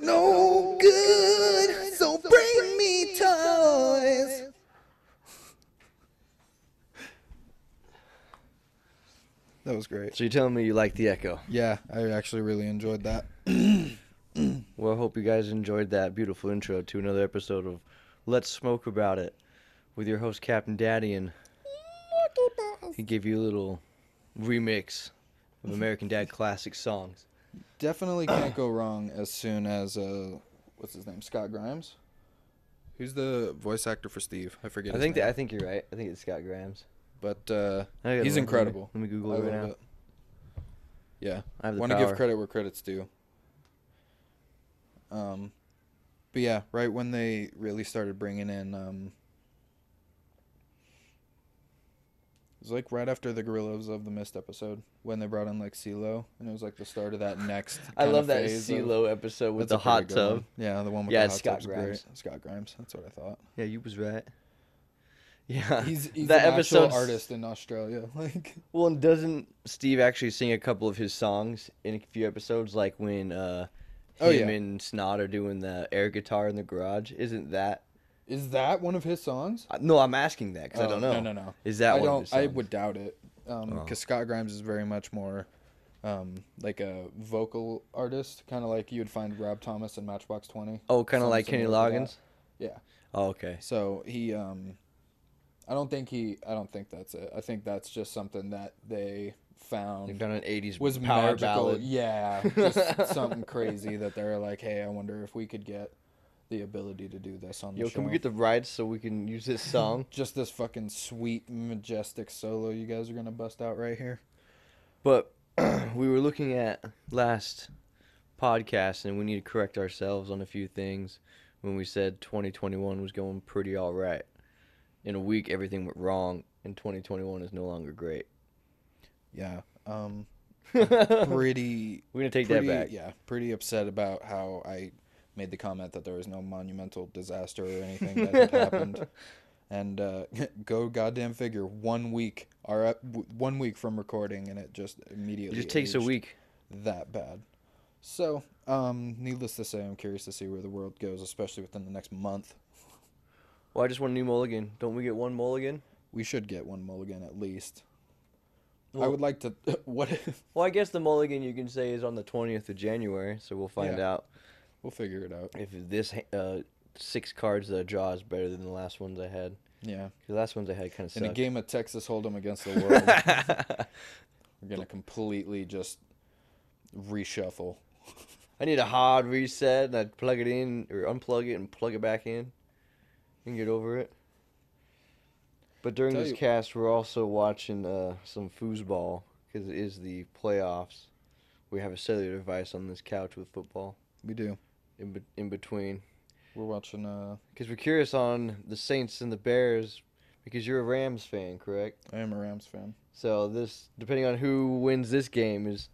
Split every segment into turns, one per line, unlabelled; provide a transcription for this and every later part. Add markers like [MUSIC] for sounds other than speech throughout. no good. So bring me toys. That was great.
So you're telling me you like the echo.
Yeah, I actually really enjoyed that.
Well, I hope you guys enjoyed that beautiful intro to another episode of Let's Smoke About It with your host, Captain Daddy, and he gave you a little remix of American Dad classic songs.
Definitely can't go wrong as soon as uh, what's his name? Scott Grimes. Who's the voice actor for Steve? I forget.
I
his
think
name.
that, I think you're right. I think it's Scott Graham's.
but uh,
I gotta
he's
look.
incredible.
Let me, let me Google
I
it right
love
now.
it. Yeah,
I have the
want to give
power.
credit where credit's due. Um, but yeah, right when they really started bringing in, um, it was like right after the Gorillas of the Mist episode when they brought in like CeeLo, and it was like the start of that next.
[LAUGHS] I
kinda
love that
phase of-
CeeLo episode with
That's a
the hot
pretty good
tub.
one. Yeah, the one with
Yeah,
the
it's
hot
Scott
tub's
Grimes.
great. Scott Grimes. That's what I
[LAUGHS]
thought.
Yeah, you was right. Yeah,
He's, he's
that
an
episode
actual artist in Australia. [LAUGHS] Like
Well, and doesn't Steve actually sing a couple of his songs in a few episodes, like when uh, him
Oh, yeah.
and Snod are doing the air guitar in the garage? Isn't that?
Is that one of his songs?
I- No, I'm asking that because I
Oh,
don't know.
No, no, no.
Is that
I
one?
don't.
of his
I
songs? Oh.
would doubt it. Because Scott Grimes is very much more um, like a vocal artist, kind of like you would find Rob Thomas in Matchbox Twenty.
Oh, kind of
Something
like Kenny
similar to that.
Loggins.
Yeah.
Oh, okay.
So he, um, I don't think he. I don't think that's it. I think that's just something that
They've
they found
done an '80s
was
power
magical.
ballad.
Yeah,
[LAUGHS]
just something crazy that they're like, hey, I wonder if we could get the ability to do this on the
Yo,
show.
can we get the rights so we can use this song?
just this fucking sweet majestic solo you guys are gonna bust out right here.
But [CLEARS THROAT] we were looking at last podcast, and we need to correct ourselves on a few things. When we said 2021 was going pretty all right, in a week everything went wrong, and 2021 is no longer great.
Yeah.
[LAUGHS]
Um
we're gonna
pretty
take that
pretty,
back.
Yeah, pretty upset about how I made the comment that there was no monumental disaster or anything that had
[LAUGHS]
happened. And uh, [LAUGHS] go goddamn figure, one week our ep- w- one week from recording and it just
It
immediately
just takes a
aged
week.
that bad. So, um needless to say, I'm curious to see where the world goes, especially within the next month.
Well, I just want a new mulligan. Don't we get one mulligan?
We should get one mulligan at least. I
Well-
would like to. [LAUGHS] What if?
Well, I guess the mulligan you can say is on the 20th of January, so we'll find
Yeah.
out
We'll figure it out.
if this ha- uh, six cards that I draw is better than the last ones I had.
Yeah.
'Cause The last ones I had kind of
In a
sucked.
game of Texas Hold'em against the
[LAUGHS]
world, we're gonna completely just reshuffle.
I need a hard reset, and I'd plug it in or unplug it and plug it back in, and get over it. But during
Tell
this
you-
cast, we're also watching uh, some foosball because it is the playoffs. We have a cellular device on this couch with football
We do.
in be- in between
We're watching. Uh,
because we're curious on the Saints and the Bears because you're a Rams fan, correct?
I am a Rams fan.
So this, depending on who wins this game, is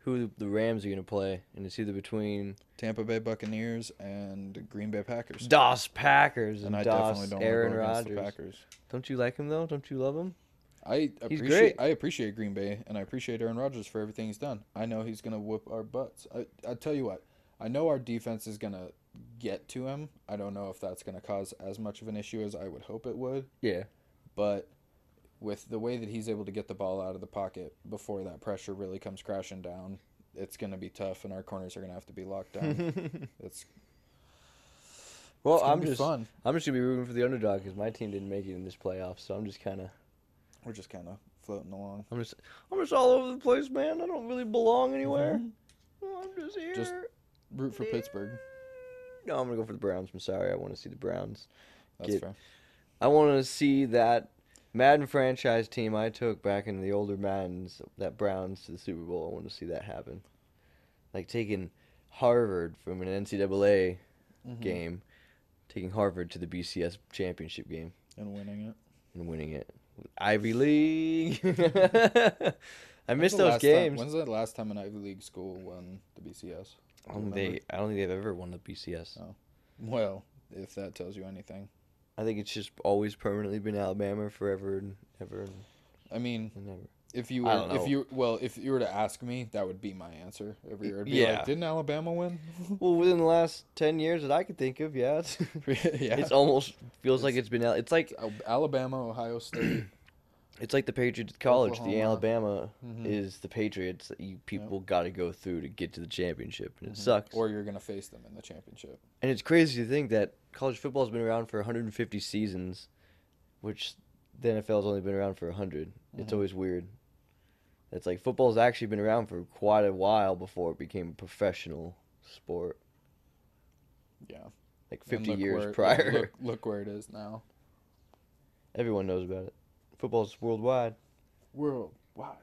who the Rams are gonna play, and it's either between
Tampa Bay Buccaneers and Green Bay Packers.
Dos Packers and,
and I
Dos
definitely don't
Aaron
want to go against the
Rodgers.
Packers.
Don't you like him though? Don't you love him?
I appreciate.
great.
I appreciate Green Bay and I appreciate Aaron Rodgers for everything he's done. I know he's gonna whoop our butts. I I tell you what. I know our defense is gonna get to him. I don't know if that's gonna cause as much of an issue as I would hope it would.
[LAUGHS] Yeah.
but with the way that he's able to get the ball out of the pocket before that pressure really comes crashing down, it's going to be tough, and our corners are going to have to be
[LAUGHS]
locked down. it's
well,
it's gonna
I'm
be
just
fun.
I'm just gonna be rooting for the underdog because my team didn't make it in this playoff, so I'm just kind of
We're just kind of floating along.
I'm just I'm just all over the place, man. I don't really belong anywhere. Oh, I'm just here.
Mm-hmm. Just- Root for Pittsburgh.
No, I'm gonna go for the Browns. I'm sorry. I want to see the Browns.
That's
Get-
fair.
I want to see that Madden franchise team I took back in the older Maddens, that Browns to the Super Bowl. I want to see that happen. Like taking Harvard from an NCAA
Mm-hmm.
game, taking Harvard to the BCS championship game
Mm-hmm. And winning it.
and winning it. Ivy League. [LAUGHS] I
When's
miss
the
those
last time-
games.
when's the last time an Ivy League school won the BCS?
I don't, think
Remember?
they, I don't think they've ever won the BCS.
Oh. Well, if that tells you anything.
I think it's just always permanently been Alabama forever and ever and
I mean,
and ever.
If you
I
were,
don't know.
if you well, if you were to ask me, that would be my answer every year. I'd be
Yeah.
like, didn't
[LAUGHS]
Alabama win? [LAUGHS]
Well, within the last ten years that I could think of, yeah, [LAUGHS] it's,
yeah,
it's almost feels like it's been. Al- It's like
Al- Alabama,
[CLEARS THROAT]
Ohio State.
it's like the Patriots at college. The
Oklahoma.
Alabama
Mhm.
is the Patriots that you people got to go through to get to the championship, and it sucks.
Mm-hmm. Or you're gonna face them in the championship.
And it's crazy to think that college football's been around for 150 seasons, which the NFL's only been around for 100.
Mm-hmm.
It's always weird. It's like football's actually been around for quite a while before it became a professional sport,
Yeah.
like
And
50
look
years
where- yeah,
prior.
Look, look where it is now.
[LAUGHS] Everyone knows about it. Football's worldwide.
Worldwide.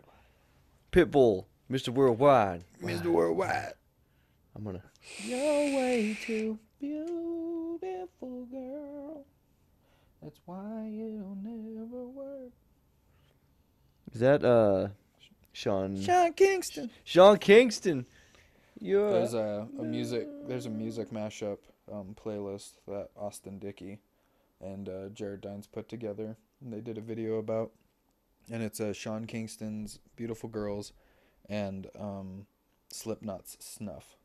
Pitbull, Mr. Worldwide.
Mr. Worldwide.
I'm gonna.
You're way too beautiful, girl. That's why you never work.
Is that uh, Sean?
Sean Kingston.
Sean Kingston. You're.
There's a, a music. There's a music mashup um, playlist that Austin Dickey and uh, Jared Dines put together. And they did a video about, and it's uh, Sean Kingston's "Beautiful Girls" and um, Slipknot's "Snuff."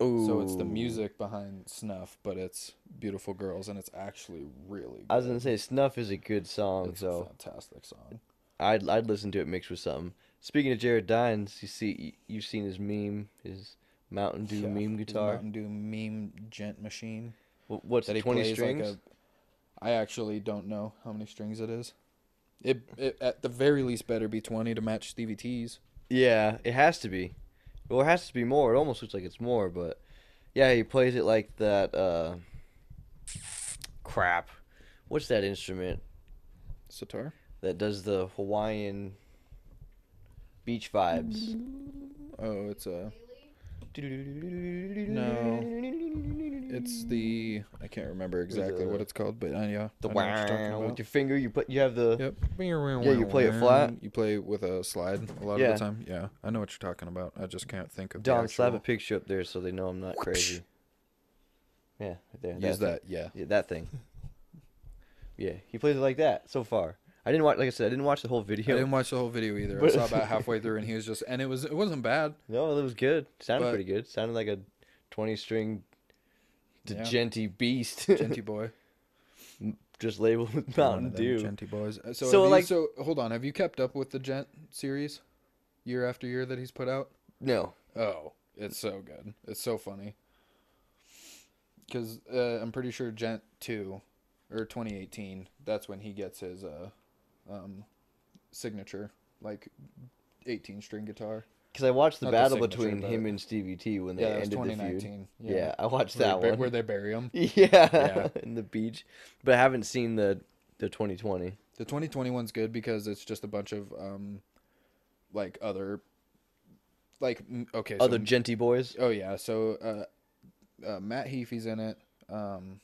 So it's
Ooh.
the music behind "Snuff," but it's "Beautiful Girls," and it's actually really.
I was
good.
gonna say Snuff is a good song,
It's
so
a fantastic song.
I'd I'd listen to it mixed with something. Speaking of Jared Dines, you see you've seen his meme, his Mountain Dew
Yeah,
meme
his
guitar.
Mountain Dew meme gent machine.
Wh- What's
that he
twenty
plays
strings?
like a. I actually don't know how many strings it is. It, it at the very least better be twenty to match Stevie T's.
Yeah, it has to be. Well, it has to be more. It almost looks like it's more, but yeah, he plays it like that. uh Crap, what's that instrument
Sitar.
that does the Hawaiian beach vibes?
Oh, it's a. It's
It's
the. I can't remember exactly what
the-
it's called, but uh, yeah.
the
I know what you're
wow
talking
with
about.
your finger. You put you have the
Yep.
Yeah, you play it flat.
You play with a slide a lot
Yeah.
of the time. Yeah, I know what you're talking about. I just can't think of. the
Don, slap a
actual-
picture up there so they know I'm not crazy. Yeah, right there.
Use
thing.
that. Yeah.
Yeah, that thing. [LAUGHS] yeah, he plays it like that so far. I didn't watch, like I said, I didn't watch the whole
I
video.
didn't watch the whole video either. I
But-
saw [LAUGHS] about halfway through, and he was just, and it was, it wasn't bad.
No, it was good. Sounded
But-
pretty good. Sounded like a 20 string
Yeah.
genty beast.
[LAUGHS] Genty boy.
[LAUGHS] Just labeled with
one
Mountain
of them
Dew.
Genty boys. Uh,
So,
So, have you-
like-
so hold on. Have you kept up with the Gent series, year after year that he's put out?
no.
Oh, it's so good. It's so funny. Because uh, I'm pretty sure Gent two, or 2018. That's when he gets his uh, um, signature like 18 string guitar.
Because I watched the
Not the
battle
signature,
between
but-
him and Stevie T when they
Yeah, that was
ended the feud.
2019.
Yeah. I watched
where they
that
bur-
one.
where they bury him.
Yeah,
Yeah.
[LAUGHS] in the beach. But I haven't seen the the 2020.
The 2021's good because it's just a bunch of um, like other, like m- okay, so
Other genty boys.
Oh yeah, so uh, uh, Matt Heafy's in it. Um,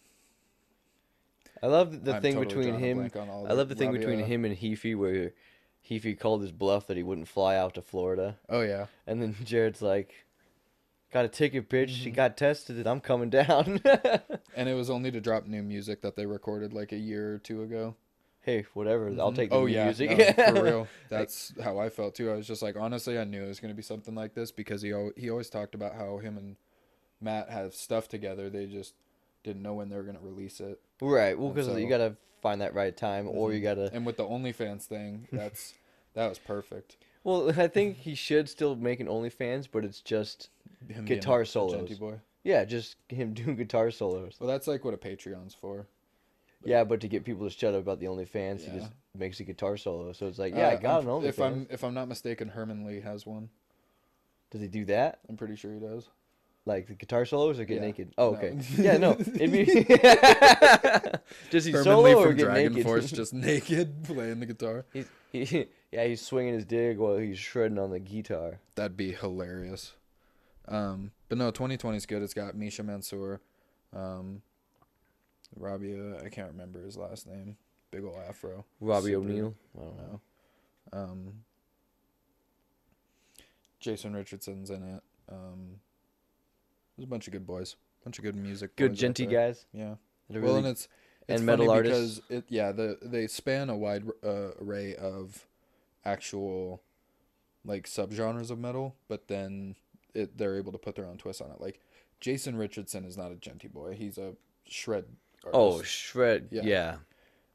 I love the
I'm
thing
totally
between
drawing a
him.
blank on all
I love the thing between
Rabia.
him and Heafy where Heafy called his bluff that he wouldn't fly out to Florida,
Oh yeah,
and then [LAUGHS] Jared's like, "Got a ticket, bitch.
Mm-hmm.
She got tested, and I'm coming down." [LAUGHS]
and it was only to drop new music that they recorded like a year or two ago.
hey, whatever. I'll take the
oh
new [LAUGHS]
yeah,
music.
no, for real. That's how I felt too. I was just like, honestly, I knew it was gonna be something like this because he al- he always talked about how him and Matt have stuff together. They just didn't know when they were gonna release it.
right. Well, because you
So- Mm-hmm.
gotta find that right time, or you gotta.
And with the OnlyFans thing, that's that was perfect.
Well, [LAUGHS] I think he should still make an OnlyFans, but it's just
Him being
Guitar
a- a
solos.
Genty boy.
yeah, just him [LAUGHS] doing guitar solos.
Well, that's like what a Patreon's for.
Yeah, but to get people to shut up about the OnlyFans, he
Yeah.
just makes a guitar solo. So it's like, yeah, I
Uh,
got
I'm-
an OnlyFans.
If I'm if I'm not mistaken, Herman Lee has one.
Does he do that?
I'm pretty sure he does.
Like the guitar solos or get
Yeah.
naked? Oh,
No.
okay. yeah, [LAUGHS] no. It'd be. Does he
Herman
solo
Lee
or
from
get
Dragon
naked? [LAUGHS]
Force just naked [LAUGHS] playing the guitar.
he's, he, [LAUGHS] yeah, he's swinging his dick while he's shredding on the guitar.
That'd be hilarious. Um, but no, 2020 is good. It's got Misha Mansour, um, Rabia. I can't remember his last name. Big ol' afro.
Robbie
Super-
O'Neill. I don't know.
No. Um, Jason Richardson's in it. Um, there's a bunch of good boys. Bunch of good music.
Good
boys out
genty
there.
guys.
Yeah.
that are
well, and
really-
it's it's
and
funny
metal
because
artists.
it yeah the they span a wide uh, array of actual like subgenres of metal, but then it, they're able to put their own twist on it. Like Jason Richardson is not a genty boy; he's a shred.
Oh,
artist.
shred.
Yeah.
Yeah.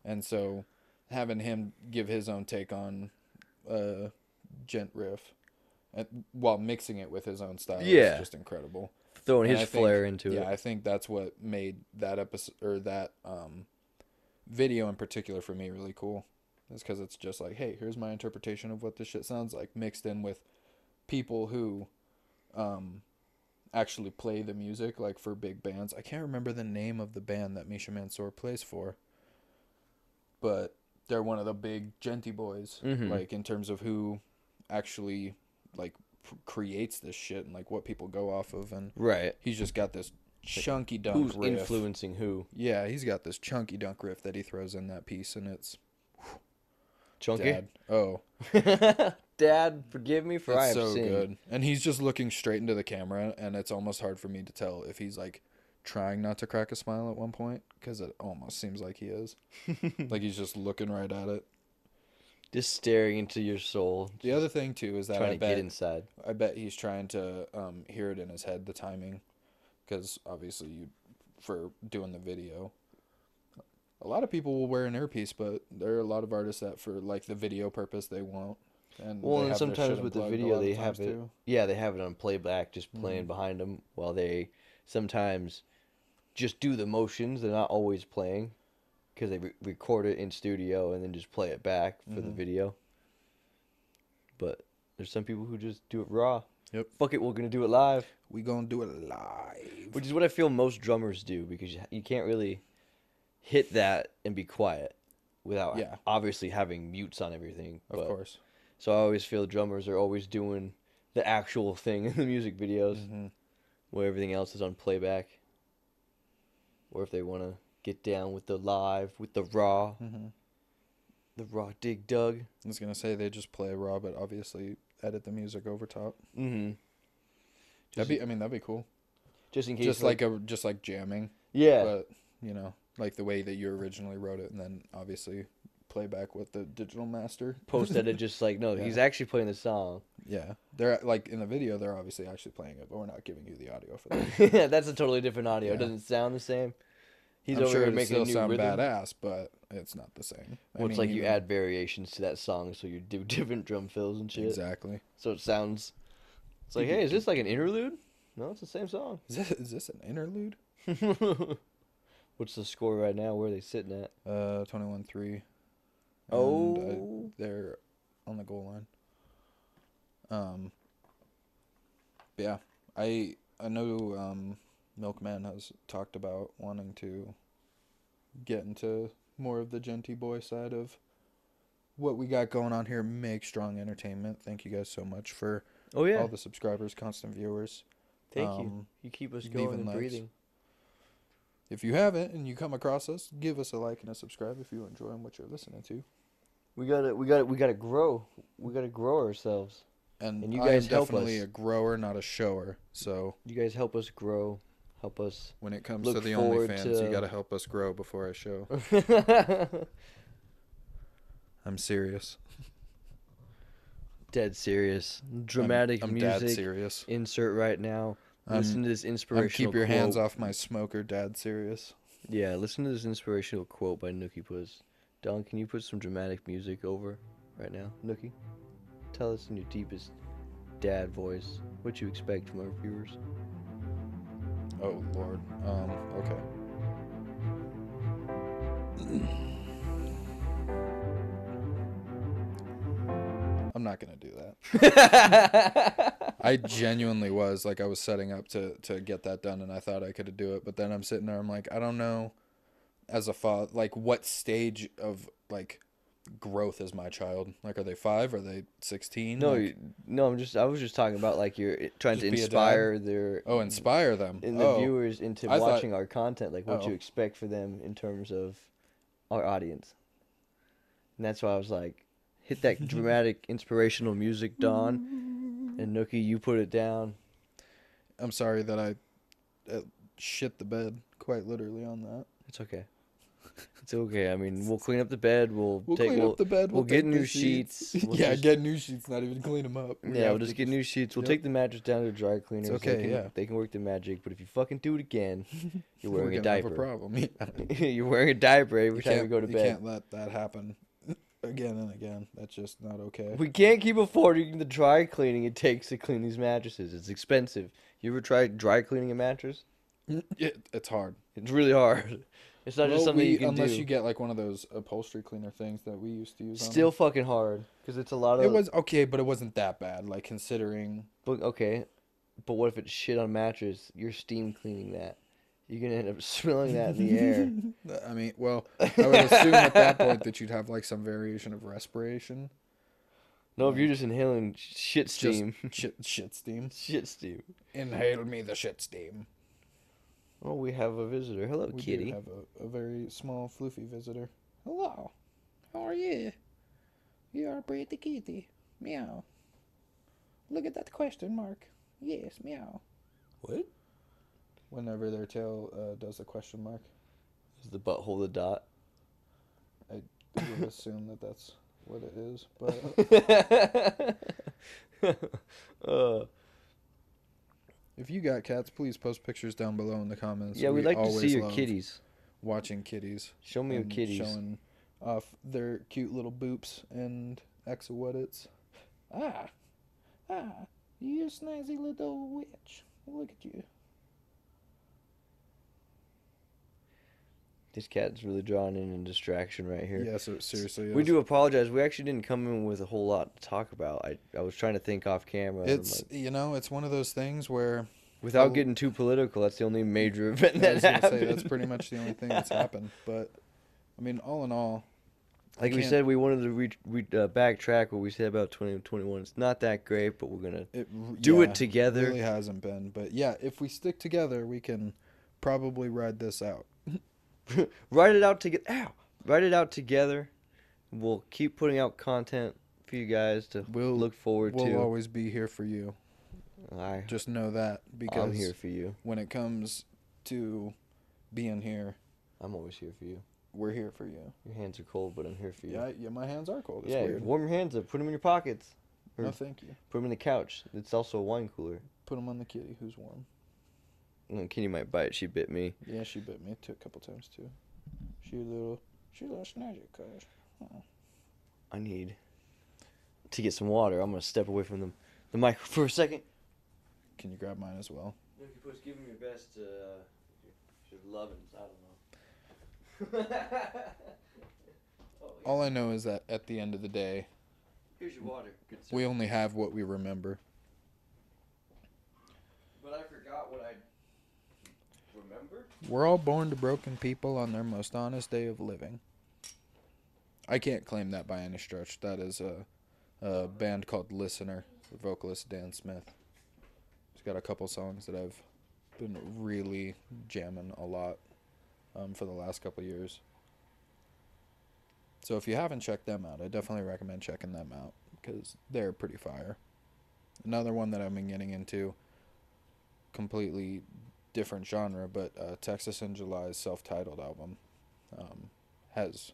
and so having him give his own take on uh gent riff and, while mixing it with his own style
Yeah.
is just incredible.
Throwing
And
his
I think-
flair into
yeah,
it.
I think that's what made that episode or that um video in particular for me really cool. Is because it's just like, hey, here's my interpretation of what this shit sounds like, mixed in with people who um actually play the music, like for big bands. I can't remember the name of the band that Misha Mansour plays for, but they're one of the big genty boys,
Mhm.
like in terms of who actually like p- creates this shit and like what people go off of and
Right.
He's just got this chunky dunk
Who's
riff.
influencing who?
Yeah, he's got this chunky dunk riff that he throws in that piece, and it's
Chunky. [LAUGHS]
dad. Oh,
Dad, forgive me for I
it's
have
so
sinned.
good. And he's just looking straight into the camera, and it's almost hard for me to tell if he's like trying not to crack a smile at one point because it almost seems like
[LAUGHS]
he is. like he's just looking right at it.
Just staring into your soul,
The other thing too is that
trying
I
to
bet
get inside.
I bet he's trying to um, hear it in his head, the timing, because obviously you, for doing the video, a lot of people will wear an earpiece, but there are a lot of artists that for like the video purpose they won't. And
Well,
they
and
have their shit
sometimes with the
unplugged a
video,
lot of
they
times,
have it.
too. Mm-hmm.
Yeah, they have it on playback, just playing behind them while they sometimes just do the motions. They're not always playing because they re- record it in studio and then just play it back for
Mm-hmm.
the video. But there's some people who just do it raw.
Yep.
Fuck it, we're gonna do it live,
We gonna do it live.
which is what I feel most drummers do because you, you can't really hit that and be quiet without
Yeah.
obviously having mutes on everything.
Of
but-
course.
so I always feel drummers are always doing the actual thing [LAUGHS] in the music videos,
Mhm.
where everything else is on playback. Or if they want to get down with the live, with the raw,
Mhm.
the raw dig dug.
I was gonna say they just play raw, but obviously edit the music over top.
Mm-hmm.
That'd be, I mean, that'd be cool.
Just in case,
Just like a, just like jamming.
yeah,
but you know, like the way that you originally wrote it, and then obviously play back with the digital master.
post edit, just like
[LAUGHS]
no, he's actually playing the song.
Yeah, they're like in the video, they're obviously actually playing it, but we're not giving you the audio for that.
That's a totally different audio.
Yeah.
It doesn't sound the same. [LAUGHS] He's
I'm
over
sure
here
it
making
still
a new
sound
rhythm.
badass, but it's not the same. I
Well, it's
mean,
like you
even-
add variations to that song, so you do [LAUGHS] different drum fills and shit.
exactly.
So it sounds. It's like, hey, is this like an interlude? No, it's the same song. [LAUGHS]
Is this, is this an interlude?
What's the score right now? Where are they sitting at?
Uh, twenty-one three.
Oh.
they're on the goal line. Um. but yeah, I I know um, Milkman has talked about wanting to get into more of the genty boy side of what we got going on here. Make strong entertainment. Thank you guys so much for
Oh yeah.
all the subscribers, constant viewers.
Thank you.
um,
You keep us
leave
going
and
and
likes.
breathing.
If you haven't and you come across us, give us a like and a subscribe if you enjoy what you're listening to.
We gotta, we gotta, we gotta grow. We gotta grow ourselves.
And,
And you
I am
guys help
definitely
us.
a grower, not a shower. So
You guys help us grow. Help us. [LAUGHS]
when it comes
Look
to the
forward
OnlyFans, you
to-
gotta help us grow before I show. I'm serious.
Dead serious.
I'm-
Dramatic
I'm,
music.
dad serious.
Insert right now.
I'm-
listen to this inspirational.
I'm keep your hands
quote.
off my smoker, dad serious.
Yeah, listen to this inspirational quote by Nookie Puss. Don, can you put some dramatic music over right now? Nookie, tell us in your deepest dad voice what you expect from our viewers. [LAUGHS]
Oh lord. Um. Okay. [CLEARS THROAT] I'm not gonna do that. I genuinely was like I was setting up to to get that done, and I thought I could do it, but then I'm sitting there, I'm like, I don't know, as a father, like what stage of like growth is my child? Like, are they five? Are they sixteen?
no,
Like,
you- no, I'm just I was just talking about like you're trying to
Just be a dad?
inspire their
oh, inspire them.
in the
oh,
viewers into
I thought-
watching our content, like what
Oh.
you expect for them in terms of our audience. And that's why I was like, hit
[LAUGHS]
that dramatic inspirational music, Don, and Nookie, you put it down.
I'm sorry that I uh, shit the bed quite literally on that.
It's okay. It's okay. I mean, we'll clean up the bed. We'll,
We'll
take.
clean
we'll,
up the bed.
we'll
take
get
the
new
[LAUGHS]
sheets, we'll
yeah,
just-
get new sheets. Not even clean them up.
yeah, we'll just get new sheets. We'll
Yep.
take the mattress down to the dry cleaners.
okay,
They can,
yeah.
They can work the magic, but if you fucking do it
[LAUGHS]
again, you're
[LAUGHS] We're
wearing a
gonna have
diaper.
problem. [LAUGHS] Yeah.
[LAUGHS] you're wearing a diaper every
You
time you
can't-
go to
you
bed.
can't let that happen [LAUGHS] again and again. That's just not okay.
We can't keep affording the dry cleaning it takes to clean these mattresses. It's expensive. You ever tried dry cleaning a mattress?
It, it's hard.
It's really hard. [LAUGHS] It's not just
Well,
something
we-
you can
unless
do.
you get like one of those upholstery cleaner things that we used to use. on
Still fucking hard because it's a lot
them.
of.
it was okay, but it wasn't that bad. Like considering,
But okay, but what if it's shit on a mattress? You're steam cleaning that. You're gonna end up [LAUGHS] smelling that in the
[LAUGHS]
air.
I mean, well, I would assume at that point that you'd have like some variation of respiration,
No, if you're just inhaling sh- shit
Just-
steam. [LAUGHS]
shit, shit steam.
shit steam.
Inhale me the shit steam.
Oh, we have a visitor. Hello,
We do
kitty.
have a, a very small, floofy visitor. Hello. How are you? You are pretty kitty. Meow. Look at that question mark. Yes, meow.
What?
Whenever their tail uh, does a question mark,
Is the butthole the
[LAUGHS]
dot? [LAUGHS]
I would assume that that's what it is. But
uh,
if you got cats, please post pictures down below in the comments.
yeah, we'd like to see
always
your
love
kitties.
Watching kitties.
Show me your
and
kitties.
Showing off their cute little boops and exawedits. Ah, ah, you snazzy little witch. Look at you.
This cat's really drawing in a distraction right here.
Yeah, so seriously.
We
yes.
do apologize. We actually didn't come in with a whole lot to talk about. I, I was trying to think off camera. and I'm
It's,
like-
you know, it's one of those things where.
without
oh.
getting too political, that's the only major [LAUGHS] event that
I was going to say, that's
happened.
pretty much the only thing that's happened. But, I mean, all in all, I
Like we
can't-
said, we wanted to re- re- uh, backtrack what we said about 2021. It's not that great, but we're gonna
it r-
do
yeah,
it together.
really hasn't been. But yeah, if we stick together, we can probably ride this out.
write it out together. Ow! Write it out together. We'll keep putting out content for you guys to
We'll-
look forward
We'll
to.
always be here for you.
I,
Just know that because
I'm here for you.
when it comes to being here,
I'm always here for you.
we're here for you.
Your hands are cold, but I'm here for you.
Yeah, I- yeah my hands are cold. It's
yeah
weird.
warm your hands up. Put them in your pockets. or-
No, thank you.
Put them in the couch. It's also a wine cooler.
Put them on the kitty who's warm.
No, Kenny might bite. She bit me.
Yeah, she bit me too, a couple times too. She a little, she a little snazzy, cuz.
I need to get some water. I'm gonna step away from the the mic for a second.
Can you grab mine as well?
If you push, give him your best. Uh, your lovings. I don't know. [LAUGHS] Oh,
All I know is that at the end of the day,
Here's your water. Good
we only have what we remember.
But I forgot what I remember.
We're all born to broken people on their most honest day of living. I can't claim that by any stretch. That is a, a band called Listener, the vocalist Dan Smith. He's got a couple songs that I've been really jamming a lot um, for the last couple years. So if you haven't checked them out, I definitely recommend checking them out because they're pretty fire. Another one that I've been getting into, completely different genre, but uh, Texas in July's self-titled album um, has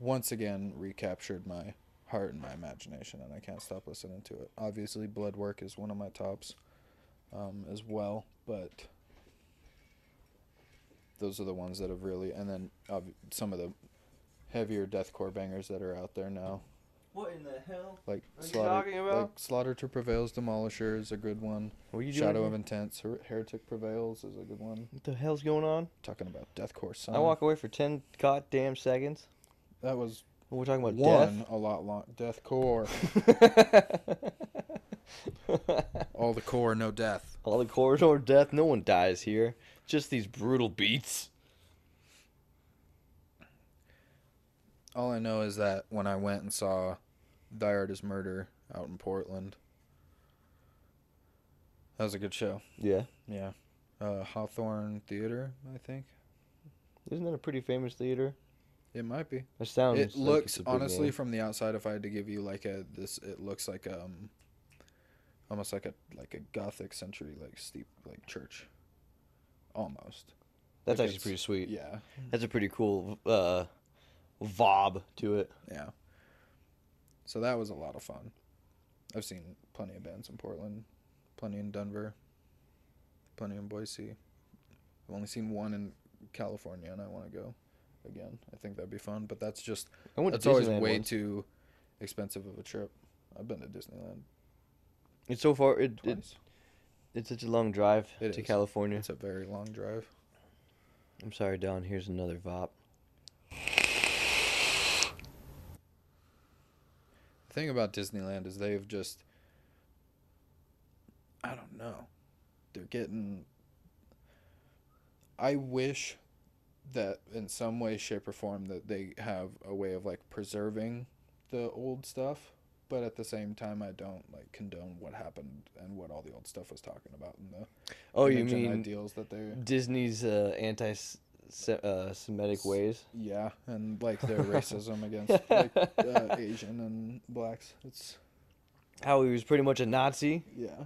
once again recaptured my heart and my imagination, and I can't stop listening to it. Obviously, Bloodwork is one of my tops um, as well, but those are the ones that have really, and then ob- some of the heavier deathcore bangers that are out there now,
What in the hell?
like
Are you
Slaughter,
talking about-
like Slaughter to Prevails, Demolisher is a good one.
What are you doing?
Shadow
here?
of Intense, Her- Heretic Prevails is a good one.
What the hell's going on?
Talking about deathcore, son.
I walk away for ten goddamn seconds.
That was
We're talking about
one a lot long.
[LAUGHS]
Deathcore,
death.
all the core, no death.
All the corridor death. No one dies here. Just these brutal beats.
All I know is that when I went and saw Die Artist Murder out in Portland, that was a good show.
Yeah.
Yeah, uh, Hawthorne Theater, I think
Isn't that a pretty famous theater?
it might be.
That sounds. like
it looks
it's a big
honestly
name.
from the outside. If I had to give you like a this, it looks like um, almost like a like a Gothic century like steep like church, almost.
That's
Like,
actually
it's-
pretty sweet.
Yeah.
That's a pretty cool uh, vob to it.
Yeah. So that was a lot of fun. I've seen plenty of bands in Portland, plenty in Denver, plenty in Boise. I've only seen one in California, and I want to go again. I think that'd be fun, but that's just
I went
that's
to
always
Disneyland
way
once.
too expensive of a trip. I've been to Disneyland
It's so far. It, it
twice.
it's such a long drive
It
to
is.
California.
it's a very long drive.
I'm sorry, Don. Here's another vop.
The thing about Disneyland is they've just I don't know. They're getting I wish that in some way shape or form that they have a way of like preserving the old stuff, but at the same time I don't like condone what happened and what all the old stuff was talking about and the
Oh, you
convention
mean
ideals that they
Disney's uh, anti-Semitic
S-
ways?
yeah, and like
[LAUGHS]
their racism against like uh, Asian and blacks. It's
How he was pretty much a Nazi,
yeah.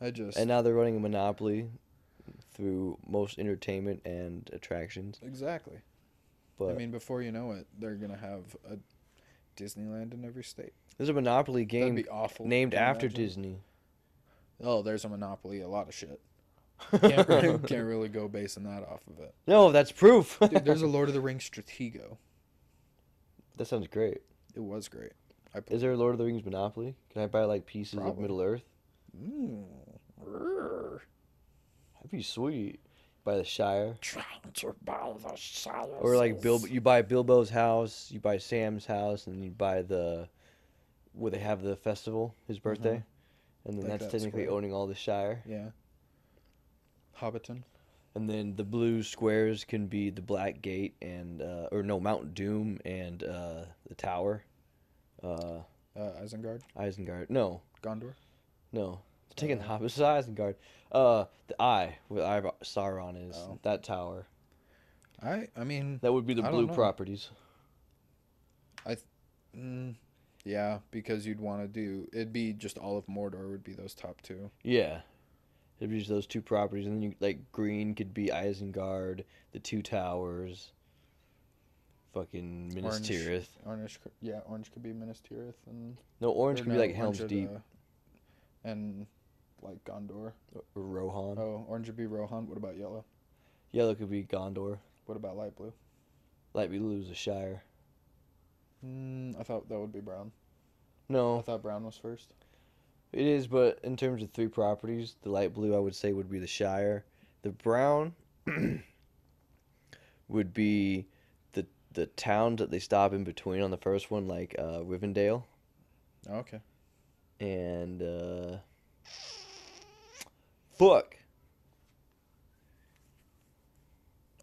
I just
and now they're running a monopoly through most entertainment and attractions.
Exactly.
But
I mean, before you know it, they're gonna have a Disneyland in every state.
there's a monopoly
That'd
game
be awful.
named
Can you
after
imagine?
Disney.
Oh, there's a monopoly. A lot
[LAUGHS]
of shit. Can't really, can't really go basing that off of it.
No, that's proof.
Dude, there's a Lord of the Rings Stratego.
[LAUGHS] that sounds great.
It was great. I played.
Is there a Lord of the Rings Monopoly? Can I buy like pieces of
Probably.
Middle Earth?
Mm. Rrrr.
That'd be sweet. Buy the Shire,
Trying to buy the Shire
or like
Souls.
Bilbo. You buy Bilbo's house, you buy Sam's house, and you buy the where they have the festival, his birthday, and then
Mm-hmm. Like
that's
that
technically
square.
owning all the Shire.
Yeah. Hobbiton.
And then the blue squares can be the Black Gate and uh, or no Mount Doom and uh, the Tower, uh,
Uh, Isengard.
Isengard. No,
Gondor.
No, it's taking the
Uh,
Hobbit. It's Isengard. Uh, the Eye where Eye of Sauron is
Oh.
that tower.
I. I mean.
That would be the
I don't
blue
know.
properties.
Mm, yeah, because you'd want to do it'd be just all of Mordor would be those top two.
Yeah, it'd be just those two properties, and then you like green could be Isengard, the two towers. Fucking Minas
Orange.
Tirith.
Orange, c- yeah, orange could be Minas Tirith and
No, orange
or
could be
no,
like
orange
Helm's
would,
Deep
uh, and like Gondor.
or Rohan.
Oh, orange would be Rohan. What about yellow?
Yellow could be Gondor.
What about light blue?
Light blue is the Shire.
Mm, I thought that would be brown. I
No,
thought brown was first.
it is, but in terms of three properties, the light blue I would say would be the Shire. The brown [CLEARS THROAT] would be the the towns that they stop in between on the first one, like uh, Rivendell
Oh, okay.
and uh, fuck,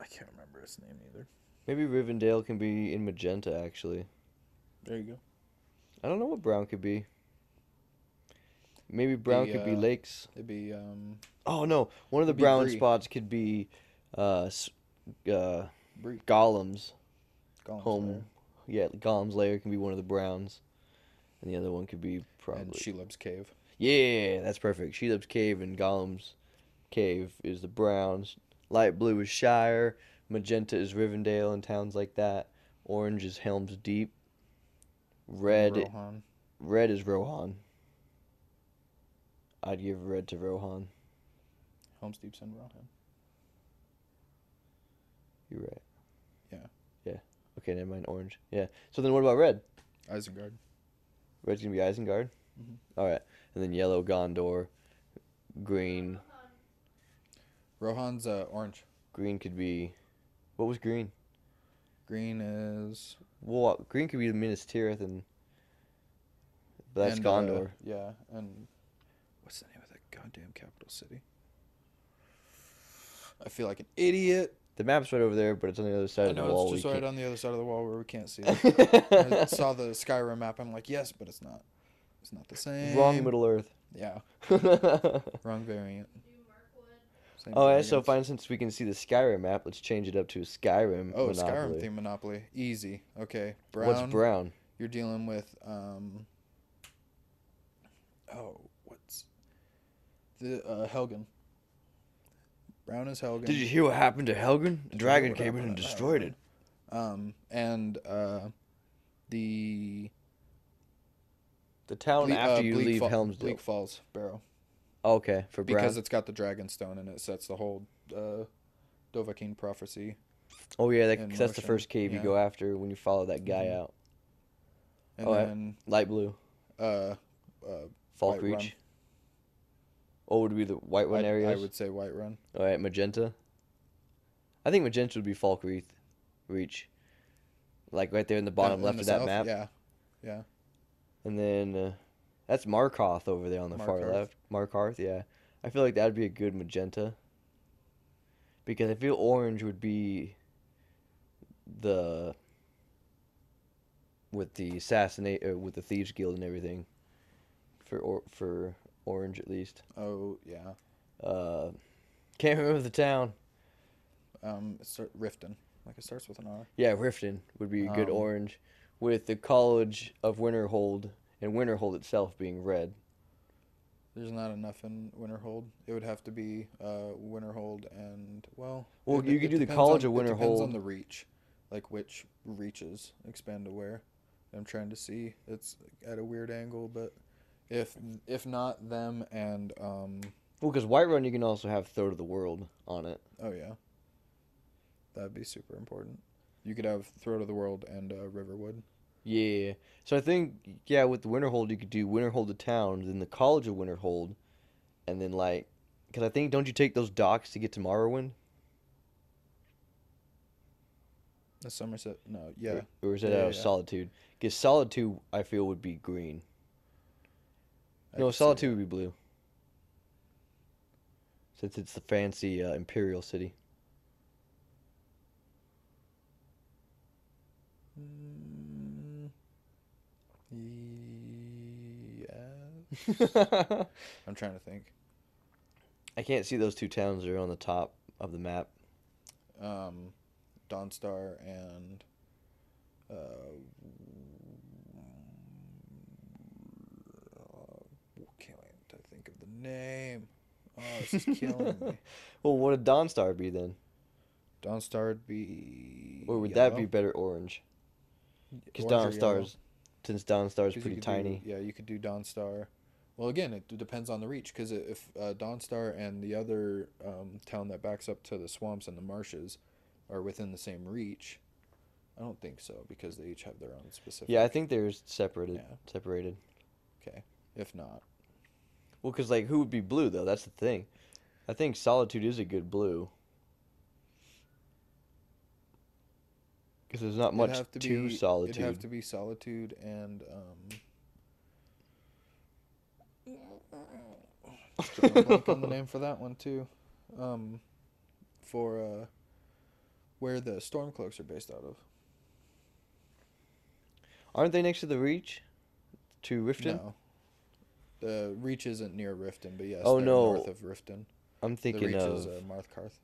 I can't remember its name either.
maybe Rivendell can be in magenta. Actually,
There you go.
I don't know what brown could be. Maybe brown
The,
could be
uh,
lakes.
It'd be um
Oh no, one of the
it'd be
brown
Bree.
spots could be uh, s- uh,
Bree.
golems.
Gollum's
home.
lair,
Yeah, Gollum's lair can be one of the Browns, and the other one could be probably.
and Shelob's cave.
yeah, that's perfect. Shelob's cave and Gollum's cave is the Browns. Light blue is Shire. Magenta is Rivendell and towns like that. Orange is Helm's Deep. Red,
Rohan.
red is Rohan. I'd give red to Rohan.
Helm's Deep's in Rohan.
You're right.
Yeah.
Yeah. Okay, never mind. Orange. Yeah. So then, what about red?
Isengard.
Red's gonna be Isengard.
Mhm.
All right, and then yellow Gondor, green.
Rohan's uh, orange.
Green could be, what was green?
Green is
Well, green could be the Minas Tirith, and but that's
And, uh,
Gondor.
yeah, and what's the name of that goddamn capital city? I feel like an idiot.
the map's right over there, but it's on the other side
I
of the
know
wall.
it's
we
just right
can't-
on the other side of the wall where we can't
[LAUGHS]
see it. I saw the Skyrim map. I'm like, yes, but it's not. It's not the same.
Wrong Middle Earth.
Yeah,
[LAUGHS] oh,
wrong variant. Same
yeah, so
variants.
fine. Since we can see the Skyrim map, let's change it up to a Skyrim.
Oh,
Monopoly.
Skyrim theme Monopoly. Easy. Okay, brown.
What's brown?
You're dealing with um. Oh, what's the uh, Helgen? Brown as Helgen.
Did you hear what happened to Helgen? The dragon
what
came in
happened
and
to Helgen?
destroyed it.
Um, and uh, the
The town
Ble-
after
uh,
you
Bleak
leave
Fa-
Helm's Deep.
Bleak Falls Barrow
Okay, for Brown.
because it's got the dragon stone and it sets the whole uh, Dovahkiin prophecy.
oh yeah, that,
in
'cause that's the
motion,
first cave you
yeah.
go after when you follow that guy
Mhm.
out.
And
Oh, I-
then
Light blue,
uh, uh,
Falk
White Run.
Reach. Oh, would be the white one
I,
area.
I would say White Run.
All right, magenta. I think magenta would be Falk Reach, Reach, like right there in the bottom
Uh, In
left
the
of that
south,
map.
Yeah,
And then uh, that's Markarth over there on the far
Markarth.
left. Markarth, yeah. I feel like that'd be a good magenta. Because I feel orange would be the with the assassinate uh, with the thieves guild and everything for or, for orange at least.
oh yeah.
Uh, can't remember the town.
Um, it start, Riften. Like it starts with an R.
Yeah, Riften would be a good
Um,
orange with the College of Winterhold and Winterhold itself being red.
There's not enough in Winterhold. It would have to be uh, Winterhold and well.
Well,
it-
you
it
could do the
depends
College
on-
of
it Depends
Winterhold.
on the reach, like which reaches expand to where. I'm trying to see. It's at a weird angle, but if if not them and um
Well, because Whiterun, you can also have Throat of the World on it.
oh yeah, that'd be super important. You could have Throat of the World and uh, Riverwood.
Yeah. So I think, yeah, with the Winterhold, you could do Winterhold to town, then the College of Winterhold, and then, like, because I think, don't you take those docks to get to Morrowind?
The Somerset. No,
Or-
yeah,
Or, is that
Yeah,
out
yeah,
of
yeah.
Solitude? Because Solitude, I feel, would be green.
I
no,
could see
Solitude would be blue. Since it's the fancy uh, Imperial city. [LAUGHS]
that. Mm, yeah.
I
I'm trying to think.
can't see those two towns that are on the top of the map.
um, Dawnstar and uh, can't wait to think of the name. Oh, this is killing me.
[LAUGHS] Well, what would Dawnstar be then?
Dawnstar would be.
Or would that be
yellow.
better orange? Because
Orange or yellow.
Dawnstar's, since Dawnstar's
'Cause you
pretty
could do-
tiny.
yeah, you could do Dawnstar. Well, again, it d- depends on the reach because if uh, Dawnstar and the other um, town that backs up to the swamps and the marshes are within the same reach, I don't think so because they each have their own specific.
Yeah, I think they're separated.
Yeah.
Separated.
If not,
Well, because like who would be blue though? That's the thing. I think Solitude is a good blue. Because there's not
It'd
much
have
to,
be-
Solitude.
It'd have to be solitude and um. drawing a blank on the name for that one too, um, for uh, where the stormcloaks are based out of.
Aren't they next to the Reach? To Riften?
No. The reach isn't near Riften, but yes,
Oh,
they're
no.
north of Riften.
I'm
The
thinking
reach
of
is uh, Markarth,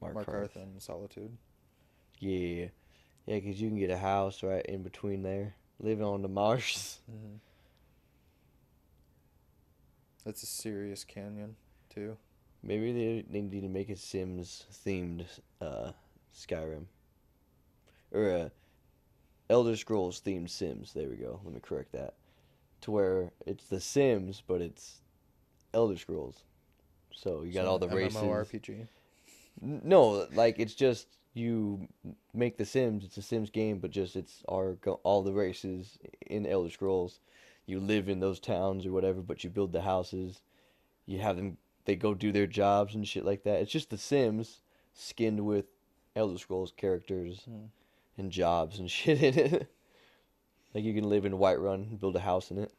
Markarth.
Markarth and Solitude.
Yeah, yeah, because you can get a house right in between there, living on the marshes. [LAUGHS]
Mm-hmm. That's a serious canyon too.
Maybe they, they need to make a Sims themed uh, Skyrim. Or uh, Elder Scrolls themed Sims. There we go. Let me correct that. To where it's the Sims, but it's Elder Scrolls. So you got
So
all
an
the races.
MMORPG.
N- No, like it's just you make the Sims. It's a Sims game, but just it's our go- all the races in Elder Scrolls. You live in those towns or whatever, but you build the houses. You have them. They go do their jobs and shit like that. It's just the Sims skinned with Elder Scrolls characters
Hmm.
and jobs and [LAUGHS] shit in it. Like you can live in Whiterun and build a house in it,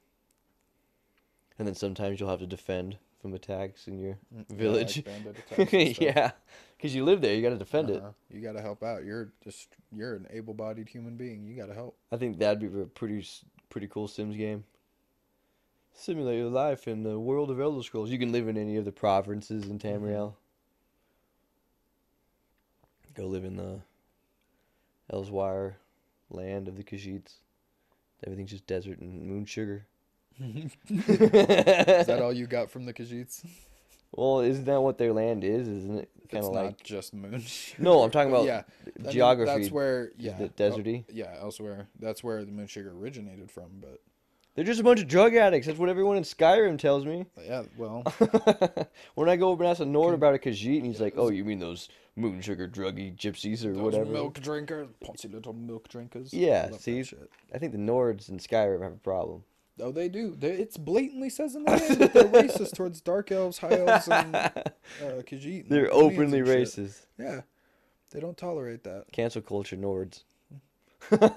and then sometimes you'll have to defend from attacks in your
Mm, yeah, like
village. [LAUGHS]
bandit attacks and stuff.
yeah, because you live there, you got to defend it.
Uh-huh. You got to help out. You're just you're an able-bodied human being. You got to help.
I think that'd be a pretty s- pretty cool Sims game. Simulate your life in the world of Elder Scrolls. You can live in any of the provinces in
Mm-hmm.
Tamriel. Go live in the Elsewire land of the Khajiits. Everything's just desert and moon sugar. [LAUGHS]
Is that all you got from the Khajiits?
Well, isn't that what their land is? Isn't it kind
it's
of
not
like
just [LAUGHS] moonshooter.
No, I'm talking
but
about
yeah, I mean,
geography?
That's where yeah,
the
el-
deserty?
yeah, elsewhere. That's where the moonsugar originated from. But
They're just a bunch of drug addicts. That's what everyone in Skyrim tells me.
yeah,
[LAUGHS]
well,
when I go over and ask a Nord about a Khajiit, and he's like, "Oh, you mean those moonsugar druggy gypsies or
those
whatever?"
milk drinkers, pussy little milk drinkers.
Yeah,
Love that
see?
shit.
I think the Nords in Skyrim have a problem.
Oh, they do. They, it's blatantly says in the game
[LAUGHS]
that they're racist towards dark elves, high elves, and uh, Khajiit. and
They're
Albanians
openly
and shit.
racist.
Yeah, they don't tolerate that.
Cancel culture Nords. [LAUGHS] Out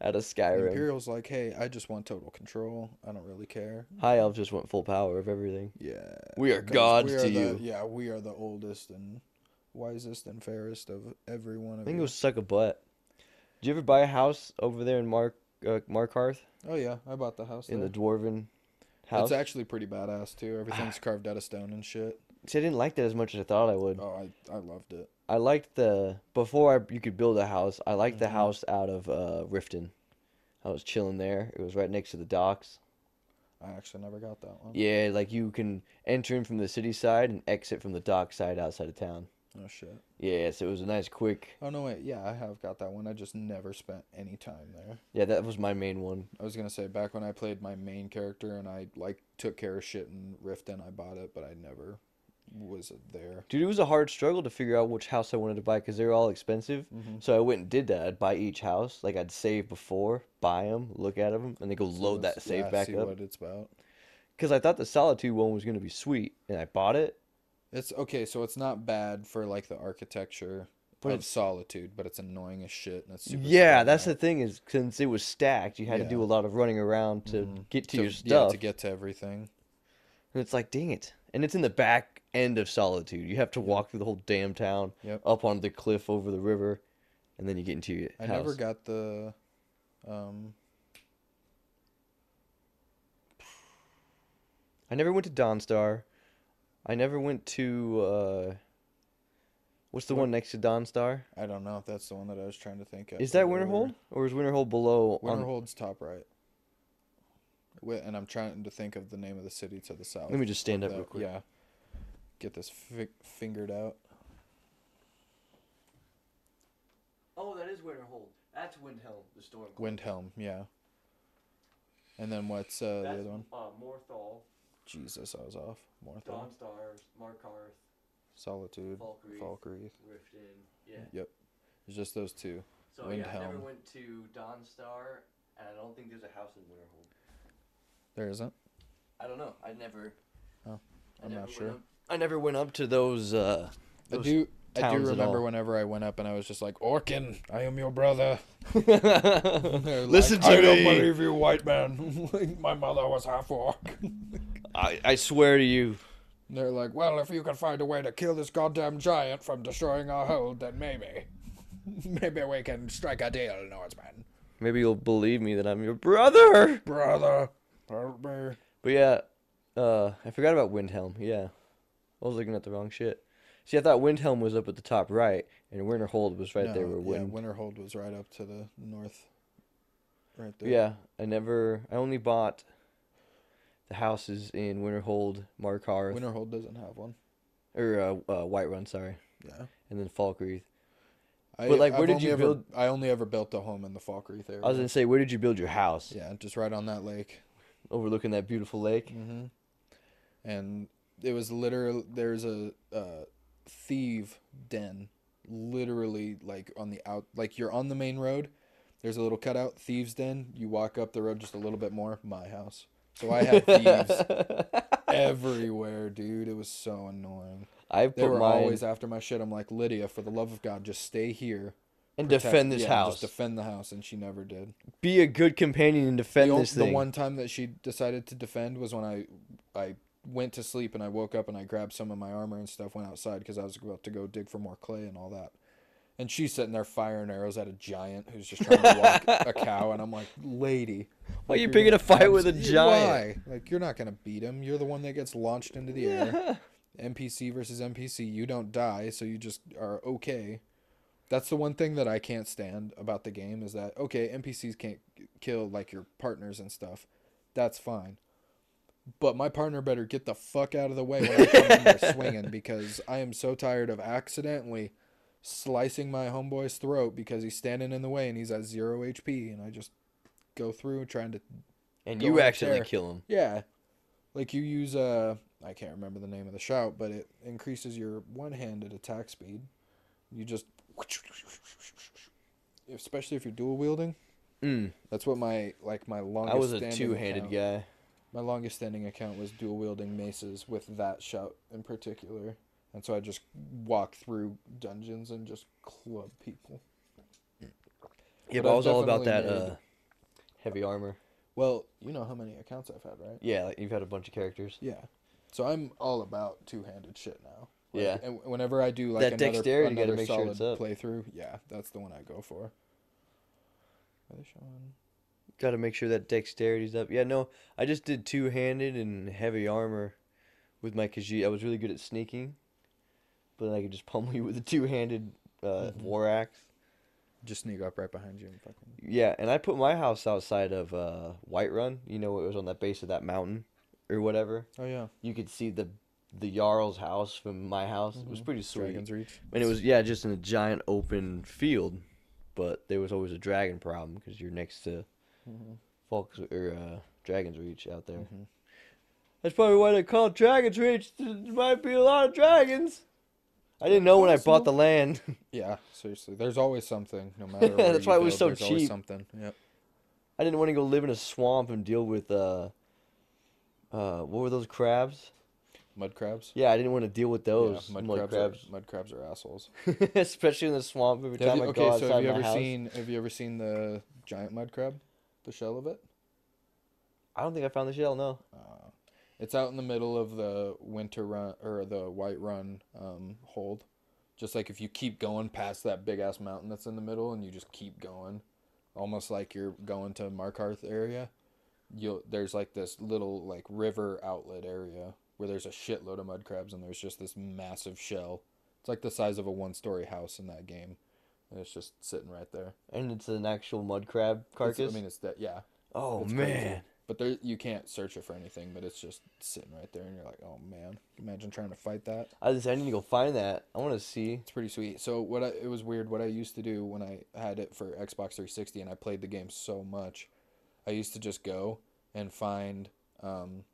of
The
Skyrim.
Imperial's like, hey, I just want total control. I don't really care.
High Elf just went full power of everything.
Yeah.
We are
'Cause
gods
we
to
are the-
you.
Yeah, we are the oldest and wisest and fairest of every one
I
of
think it
you.
was suck a butt. Did you ever buy a house over there in Mark uh, Markarth
Oh yeah, I bought the house.
in the
there.
dwarven house? Ah.
It's actually pretty badass too. Everything's carved out of stone and shit.
See, I didn't like that as much as I thought I would.
Oh, I I loved it.
I liked the before I, you could build a house. I liked the
Mhm.
house out of uh, Riften. I was chilling there. It was right next to the docks.
I actually never got that one.
Yeah, like you can enter in from the city side and exit from the dock side outside of town.
Oh shit.
Yeah, so it was a nice quick.
Oh no wait, yeah, I have got that one. I just never spent any time there.
Yeah, that was my main one.
I was gonna say back when I played my main character and I like took care of shit in Riften, I bought it, but I never was there.
Dude, it was a hard struggle to figure out which house I wanted to buy because they were all expensive.
Mm-hmm.
So I went and did that. I'd buy each house. Like I'd save before, buy them, look at them, and then go
So
load
that's-
that save
yeah,
back
see
up.
What it's about.
Because I thought the Solitude one was going to be sweet, and I bought it.
It's okay, so it's not bad for like the architecture
But
of
it's-
solitude, but it's annoying as shit and it's super
yeah,
spread
that's
out
the thing is since it was stacked, you had to do
Yeah.
a lot of running around to get to, your
yeah,
stuff.
to get to everything.
And it's like, dang it. And it's in the back end of Solitude. You have to walk through the whole damn town,
Yep.
up on the cliff over the river, and then you get into your
I
house.
never got the um
I never went to Dawnstar. I never went to uh what's the
What- Uh,
one next to Dawnstar?
I don't know if that's the one that I was trying to think of.
Is that
earlier.
Winterhold? Or is Winterhold below on
Winterhold's top right. Wait, and I'm trying to think of the name of the city to the south.
Let me just stand
of
up real
that-
quick.
Yeah. Get this fi- fingered out.
Oh, that is Winterhold. That's Windhelm, the storm.
Windhelm, yeah. And then what's uh, the other one?
uh, Morthal,
Jesus, I was off. Morthal.
Dawnstar, Markarth,
Solitude.
Valkyrie.
Falkreath.
Riften. Yeah.
Yep. It's just those two.
So yeah, I never
Windhelm.
went to Dawnstar, and I don't think there's a house in Winterhold.
There isn't.
I don't know. I never.
Oh,
I
I'm
never
not
went
sure.
up- I never went up to those. Uh,
I
those-
do. I do
towns at
remember
all.
whenever I went up and I was just like, Orkin, I am your brother. [LAUGHS] They're like,
Listen to
I
me."
don't believe you, white man. [LAUGHS] My mother was half orc.
[LAUGHS] I, I swear to you.
[LAUGHS] They're like, well, if you can find a way to kill this goddamn giant from destroying our hold, then maybe. [LAUGHS] Maybe we can strike a deal, Norseman.
Maybe you'll believe me that I'm your brother.
Brother. help me."
But yeah, uh, I forgot about Windhelm. Yeah, I was looking at the wrong shit. See, I thought Windhelm was up at the top right, and Winterhold was right there
No,
where
yeah,
Wind.
Winterhold was right up to the north. Right there.
Yeah, I never. I only bought the houses in Winterhold, Markarth,
Winterhold doesn't have one.
or uh, uh, Whiterun. Sorry,
Yeah.
and then Falkreath.
I,
But, like, where
I've
did you
only ever-
build-
I only ever built a home in the Falkreath area.
I was gonna say, where did you build your house?
yeah, just right on that lake.
Overlooking that beautiful lake.
hmm And it was literally there's a uh, thieve den, literally like on the out like you're on the main road. There's a little cutout thieves den. You walk up the road just a little bit more. My house. So I had thieves
[LAUGHS]
everywhere, dude. It was so annoying.
I
They
put
were
mine
always after my shit. I'm like Lydia, for the love of God, just stay here.
and
protect-
defend this
yeah,
house.
Just defend the house, and she never did.
Be a good companion and defend
the, on-
this
the
thing.
one time that she decided to defend was when I I went to sleep and I woke up and I grabbed some of my armor and stuff, went outside because I was about to go dig for more clay and all that. And she's sitting there firing arrows at a giant who's just trying to
[LAUGHS]
walk a cow, and I'm like, "Lady,
Why you
you're
picking a
gonna-
fight with a
Why?
giant?
Like you're not gonna beat him. You're the one that gets launched into the air. NPC versus NPC. You don't die, so you just are okay. That's the one thing that I can't stand about the game is that okay, NPCs can't k- kill like your partners and stuff. That's fine. but my partner better get the fuck out of the way when I come
[LAUGHS]
in there swinging because I am so tired of accidentally slicing my homeboy's throat because he's standing in the way and he's at zero HP and I just go through trying to
and
Go
you
on a
accidentally
chair.
kill him.
yeah, like you use uh I can't remember the name of the shout, but it increases your one-handed attack speed. You just especially if you're dual wielding.
Mm.
That's what my like my longest.
I was a
standing
two-handed
account-
guy.
My longest standing account was dual wielding maces with that shout in particular, and so I just walk through dungeons and just club people.
Yeah,
But
but I
I've
was all about that
definitely made-
uh, heavy armor.
Well, you know how many accounts I've had, right?
Yeah, like you've had a bunch of characters.
Yeah. So I'm all about two-handed shit now. Like,
Yeah.
And whenever I do like
That
another,
dexterity, you gotta
another
make sure
solid
it's up.
playthrough, yeah, that's the one I go for. Are they showing?
Got to make sure that dexterity's up. Yeah, no, I just did two-handed and heavy armor with my Khajiit. I was really good at sneaking, but I could just [LAUGHS] pummel you with a two-handed uh, war axe.
Just sneak up right behind you and fucking.
Yeah, and I put my house outside of uh, Whiterun. You know, it was on that base of that mountain or whatever.
Oh yeah.
You could see the the Jarl's house from my house. It was pretty sweet.
Dragon's Reach.
And it was yeah, just in a giant open field, but there was always a dragon problem because you're next to
Mhm.
Falks or uh, Dragon's Reach out there.
Mhm.
That's probably why they call it Dragon's Reach. There might be a lot of dragons. I didn't know when I bought the land. [LAUGHS]
Yeah, seriously. There's always something, no matter. where
That's
you
why it was
build,
so
there's always
cheap.
Something. Yep.
I didn't want to go live in a swamp and deal with uh, uh, what were those crabs?
Mud crabs.
Yeah, I didn't want to deal with those
yeah, mud, crabs. Are, mud crabs are assholes.
[LAUGHS] especially in the swamp. Every
Have
time
you-
I
okay,
go outside
so have you
my
ever
house,
seen? Have you ever seen the giant mud crab? The shell of it.
I don't think I found the shell. No.
Uh, it's out in the middle of the winter run or the white run um, hold. Just like if you keep going past that big ass mountain that's in the middle, and you just keep going, almost like you're going to Markarth area. You'll there's like this little like river outlet area where there's a shitload of mud crabs, and there's just this massive shell. It's like the size of a one story house in that game, and it's just sitting right there.
And it's an actual mud crab
It's-
carcass.
I mean, it's that yeah.
oh
It's crazy.
man.
But there, you can't search it for anything. But it's just sitting right there, and you're like, oh man, imagine trying to fight that.
I just I need to go find that. I want to see.
It's pretty sweet. So what I, it was weird. What I used to do when I had it for Xbox 360, and I played the game so much, I used to just go and find. Um,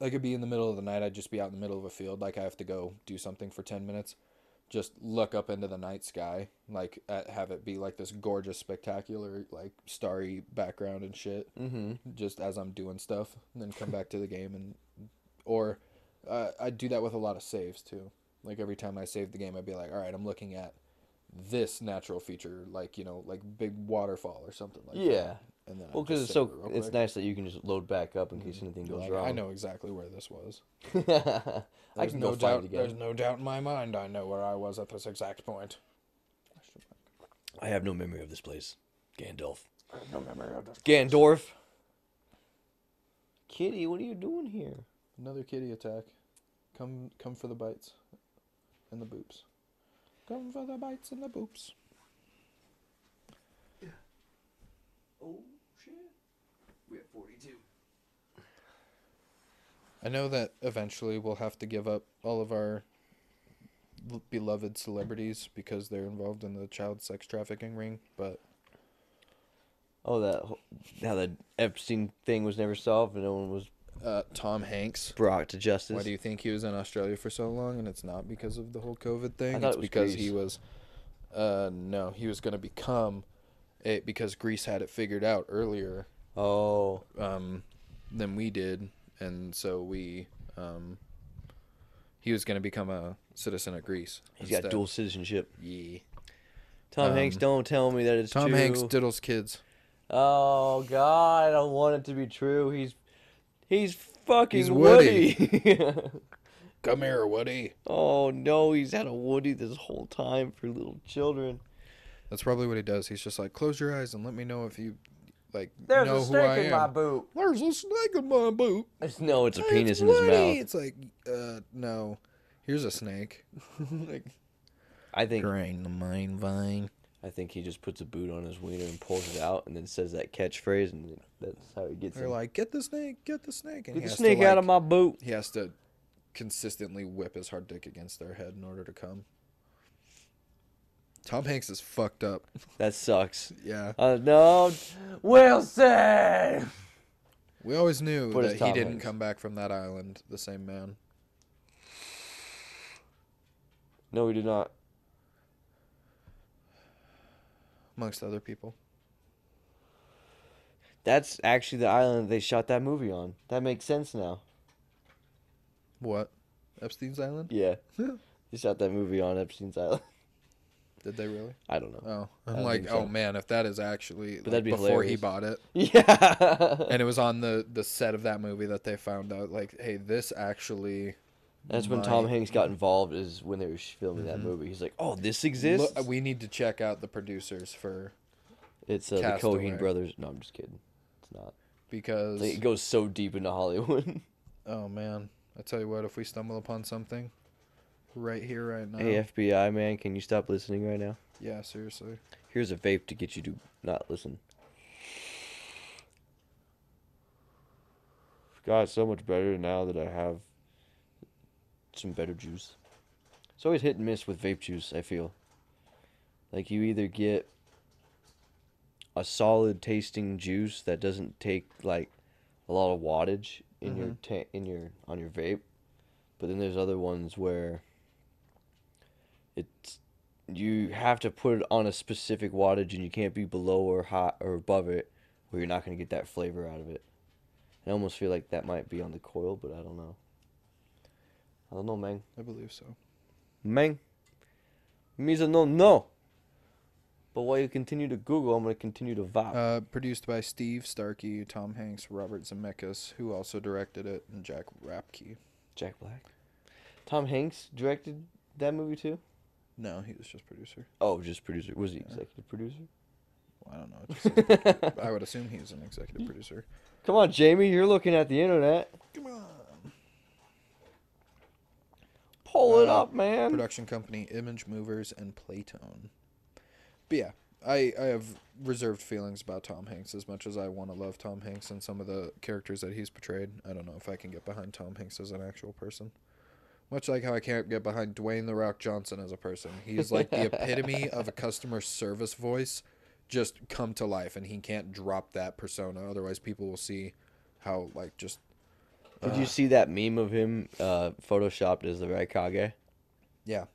like it'd be in the middle of the night. I'd just be out in the middle of a field. Like I have to go do something for ten minutes. Just look up into the night sky, like at, have it be like this gorgeous, spectacular, like starry background and shit
Mm-hmm.
just as I'm doing stuff, and then come back to the game and or uh, I do that with a lot of saves too. Like every time I save the game, I'd be like, all right, I'm looking at this natural feature, like you know, like big waterfall or something like that.
yeah.
And then I
Well, because
just
it's
save
so
it real
it's
quick. Mm-hmm.
nice that you can just load back up in case anything goes
Like,
wrong. [LAUGHS]
I know exactly where this was.
I
There's
can
no
go
doubt.
find it
There's
again.
no doubt in my mind. I know where I was at this exact point.
I have no memory of this place. Gandalf.
I have no memory of this.
Gandorf. Kitty, what are you doing here?
Another kitty attack. Come, come for the bites, and the boops. Come for the bites and the boops.
Oh shit. We have forty-two.
I know that eventually we'll have to give up all of our l- beloved celebrities because they're involved in the child sex trafficking ring, but
Oh, that whole- how that Epstein thing was never solved and no one was
uh, Tom Hanks.
brought to justice.
Why do you think he was in Australia for so long? And it's not because of the whole COVID thing.
thought
It's
it was
because he
Greece.
was, uh, no, he was going to become, it because Greece had it figured out earlier
oh,
um, than we did, and so we, um, he was going to become a citizen of Greece.
he's got
instead.
dual citizenship.
Yeah.
Tom Hanks,
Um,
don't tell me that it's
Tom
true.
Hanks diddles kids.
oh God, I don't want it to be true. He's he's fucking
He's Woody.
Woody.
Come here, Woody.
[LAUGHS] oh no, he's had a Woody this whole time for little children.
That's probably what he does. He's just like, close your eyes and let me know if you, like, know who I am.
boot.
There's a snake in my boot.
It's, no, it's a
Hey,
penis
it's
in his
Woody."
mouth.
It's like, uh, no. Here's a snake. [LAUGHS] like,
I think
drain the main vein.
I think he just puts a boot on his wiener and pulls it out, and then says that catchphrase, and that's how he gets
They're
it.
like, get the snake, get the snake,
Get
and he
the
has
snake
to, like,
out of my boot.
He has to consistently whip his hard dick against their head in order to come. Tom Hanks is fucked up.
That sucks.
Yeah,
Uh, no, Wilson.
we always knew
But it's
that he
Tom
didn't
Hanks.
come back from that island the same man.
No, we did not.
amongst other people.
That's actually the island they shot that movie on. That makes sense now.
What? Epstein's Island?
Yeah,
Yeah.
they shot that movie on Epstein's Island. [LAUGHS]
Did they really?
I don't know.
Oh, I'm
don't
like,
think
oh
so.
man, if that is actually like,
that'd be
before he
hilarious.
bought it,
Yeah,
and it was on the the set of that movie that they found out, like, hey, this actually.
that's when
might-
Tom Hanks got involved. Is when they were sh- filming that movie. He's like, "Oh, this exists."
Look, uh, we need to check out the producers for
it's uh, the
Castaway.
Cohen brothers. No, I'm just kidding. It's not.
because
Like, it goes so deep into Hollywood. [LAUGHS]
oh man, I tell you what, if we stumble upon something, right here, right now,
hey FBI man, can you stop listening right now?
yeah, seriously,
Here's a vape to get you to not listen. God, it's so much better now that I have some better juice. It's always hit and miss with vape juice, I feel. Like you either get a solid tasting juice that doesn't take like a lot of wattage in your ta- in your on your vape, but then there's other ones where it's you have to put it on a specific wattage and you can't be below or hot or above it or you're not going to get that flavor out of it. I almost feel like that might be on the coil, but I don't know. I don't know, man.
I believe so.
Man. Means I don't know. But while you continue to Google, I'm going to continue to vibe.
Uh, produced by Steve Starkey, Tom Hanks, Robert Zemeckis, who also directed it, and Jack Rapke.
Jack Black. Tom Hanks directed that movie too?
No, he was just producer.
Oh, just producer. Was he executive producer?
Well, I don't know. It just says produ- I would assume he's an executive producer.
Come on, Jamie. You're looking at the internet.
Come on.
Pull it
Uh,
up, man.
Production company Image Movers and Playtone. But yeah, I I have reserved feelings about Tom Hanks as much as I want to love Tom Hanks and some of the characters that he's portrayed. I don't know if I can get behind Tom Hanks as an actual person. Much like how I can't get behind Dwayne the Rock Johnson as a person. He's like the epitome of a customer service voice just come to life and he can't drop that persona otherwise people will see how like just
Did you see that meme of him uh, photoshopped as the Raikage?
Yeah.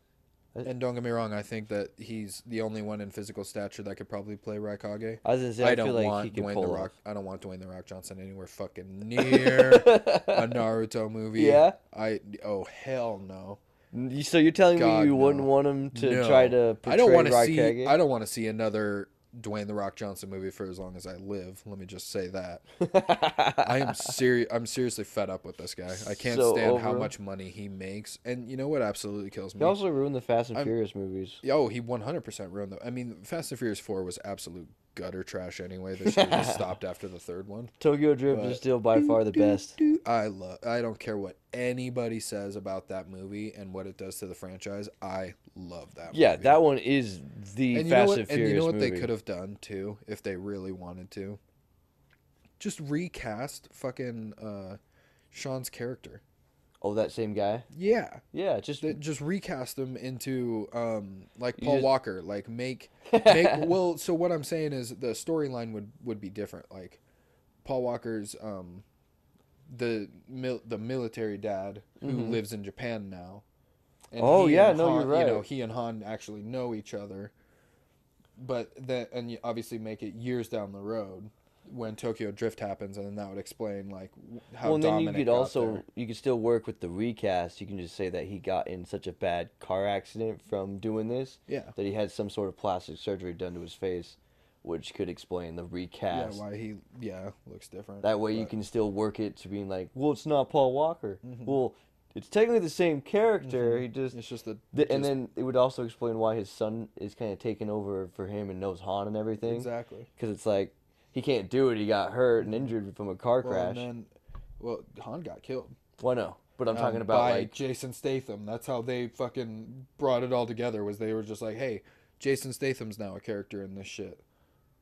I-
And don't get me wrong, I think that he's the only one in physical stature that could probably play Raikage.
I was gonna say, I,
I don't
feel like he
want
could
Dwayne
pull
the
off.
Rock. I don't want Dwayne the Rock Johnson anywhere fucking
[LAUGHS]
near a Naruto movie.
Yeah?
I oh hell no.
N- So you're telling
God,
me you wouldn't
no.
want him to
No.
try to portray
I don't want to
Raikage?
see. I don't want to see another Dwayne the Rock Johnson movie for as long as I live. Let me just say that.
[LAUGHS]
[LAUGHS] I am serious. I'm seriously fed up with this guy. I can't
So
stand how
over him.
much money he makes. And you know what absolutely kills me?
he also ruined the Fast and
I'm-
Furious movies.
Yeah, Oh, he 100% ruined the. I mean, Fast and Furious 4 was absolute gutter trash anyway. They should
[LAUGHS]
have just stopped after the third one.
Tokyo Drift
But-
is still by far the best.
I love I don't care what anybody says about that movie and what it does to the franchise. I love that
Yeah,
movie.
that one is the
and you know
Fast
what,
and
and
Furious
you know what
movie.
they could have done too if they really wanted to? Just recast fucking uh Sean's character.
Oh, that same guy.
Yeah.
Yeah, just
They just recast them into um, like
You
Paul
just-
Walker.
[LAUGHS]
Like make make well. So what I'm saying is the storyline would would be different. Like Paul Walker's um, the mil- the military dad who lives in Japan now. And
Mm-hmm. Oh,
he
yeah,
and
no,
Han,
you're
You know
right.
he and Han actually know each other. But then and you obviously make it years down the road when Tokyo Drift happens, and then that would explain like w- how
well, and then you
dominant.
could
got
also
there.
you could still work with the recast. You can just say that he got in such a bad car accident from doing this
Yeah.
that he had some sort of plastic surgery done to his face, which could explain the
yeah,
recast.
why he yeah looks different.
that way you
but-
can still work it to being like, well, it's not Paul Walker. Well, it's technically the same character. He just,
Mm-hmm. It's just the
th- and
just-
then it would also explain why his son is kind of taking over for him and knows Han and everything.
exactly.
Because it's like he can't do it. He got hurt and injured from a car
Well,
crash.
and then, well, Han got killed.
Why no? But I'm
um,
talking about
by
like
Jason Statham. That's how they fucking brought it all together. Was they were just like, hey, Jason Statham's now a character in this shit.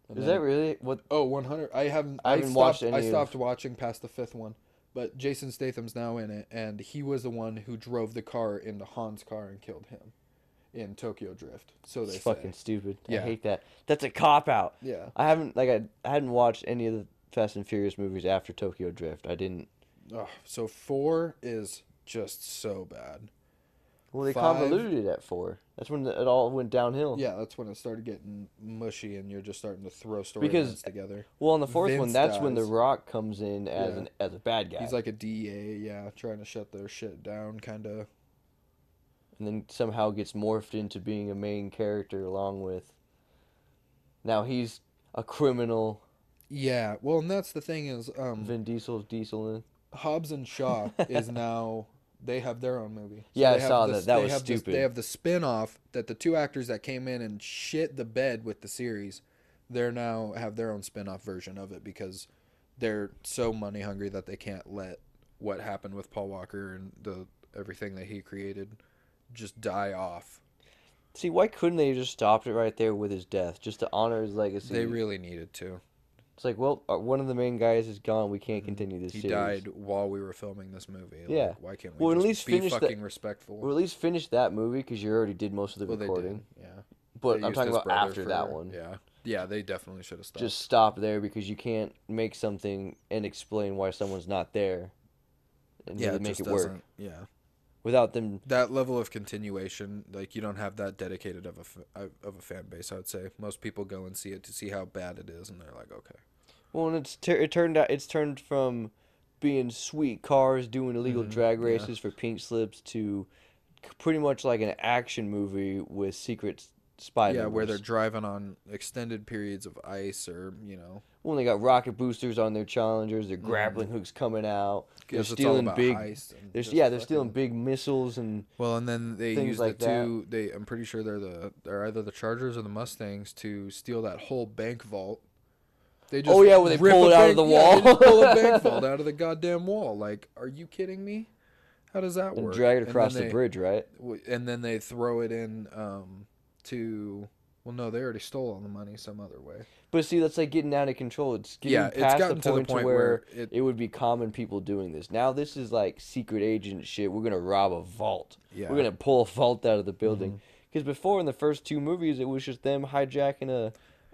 And
Is
then-
that really what?
Oh, 100. I haven't.
I
I,
haven't
stopped,
watched
I
any of-
stopped watching past the fifth one, but Jason Statham's now in it, and he was the one who drove the car into Han's car and killed him in Tokyo Drift. So they
It's
say.
fucking stupid.
Yeah.
I hate that. That's a cop out.
yeah,
I haven't like I, I hadn't watched any of the Fast and Furious movies after Tokyo Drift. I didn't.
Ugh, so four is just so bad.
Well, they
Five.
convoluted it at four. That's when it all went downhill.
Yeah, that's when it started getting mushy, and you're just starting to throw story
Because-
lines together.
Well, on the fourth one,
Vince
that's when the
dies.
Rock comes in as
Yeah.
an as a bad guy,
He's like a DEA, yeah, trying to shut their shit down, kind of.
and then somehow gets morphed into being a main character along with. Now he's a criminal.
Yeah, well, and that's the thing is, um,
Vin Diesel's Diesel in.
Hobbs and Shaw
[LAUGHS]
is now they have their own movie. So
Yeah, I
they have
saw
the-
that. That
they
was
have the-
stupid.
they have the spin-off that the two actors that came in and shit the bed with the series, they're now have their own spin-off version of it because they're so money hungry that they can't let what happened with Paul Walker and the everything that he created just die off.
See, why couldn't they just stopped it right there with his death, just to honor his legacy?
They really needed to.
it's like, well, uh, one of the main guys is gone. We can't continue this
Mm-hmm. He
series.
died while we were filming this movie. Like,
Yeah.
why can't we
Well, at
just
least
be
finish the-
fucking respectful?
Or at least finish that movie because you already did most of the
well, they did.
recording.
Yeah.
But
They
I'm
used
talking
his
about
brother
after that
for-
one.
Yeah. Yeah, they definitely should have stopped.
Just stop there because you can't make something and explain why someone's not there, and
yeah,
really
it
make it
just
work
doesn't- Yeah.
without them.
That level of continuation, like you don't have that dedicated of a f- uh, of a fan base, I would say. Most people go and see it to see how bad it is and they're like, "Okay."
Well, and it's tur it turned out it's turned from being sweet cars doing illegal drag
Mm-hmm. yeah.
races for pink slips to c- pretty much like an action movie with secret s- spy
yeah, where
members.
they're driving on extended periods of ice or, you know,
Well, they got rocket boosters on their challengers. Their grappling hooks coming out. They're
'cause Mm-hmm. it's all
stealing
about
big.
heist and
There's
just
yeah, they're
fucking-
stealing big missiles and
Well, and then they
things
use
like
the
that.
two. They, I'm pretty sure they're the they're either the Chargers or the Mustangs to steal that whole bank vault. They
Oh, yeah, where they
rip
pull
a
it out of
bank-
the
[LAUGHS] yeah, they
wall.
just pull
[LAUGHS]
a bank vault out of the goddamn wall. Like, are you kidding me? How does that
and
work?
drag it
And then
across the
they-
bridge, right?
w- And then they throw it in um, to. Well, no, they already stole all the money some other way.
But see, that's like getting out of control. It's getting
Yeah, it's
past
gotten
the, point to where,
it-
it would be common people doing this. Now this is like secret agent shit. We're gonna rob a vault.
Yeah. Mm-hmm.
We're gonna pull a vault out of the building. Because before in the first two movies, it was just them hijacking a,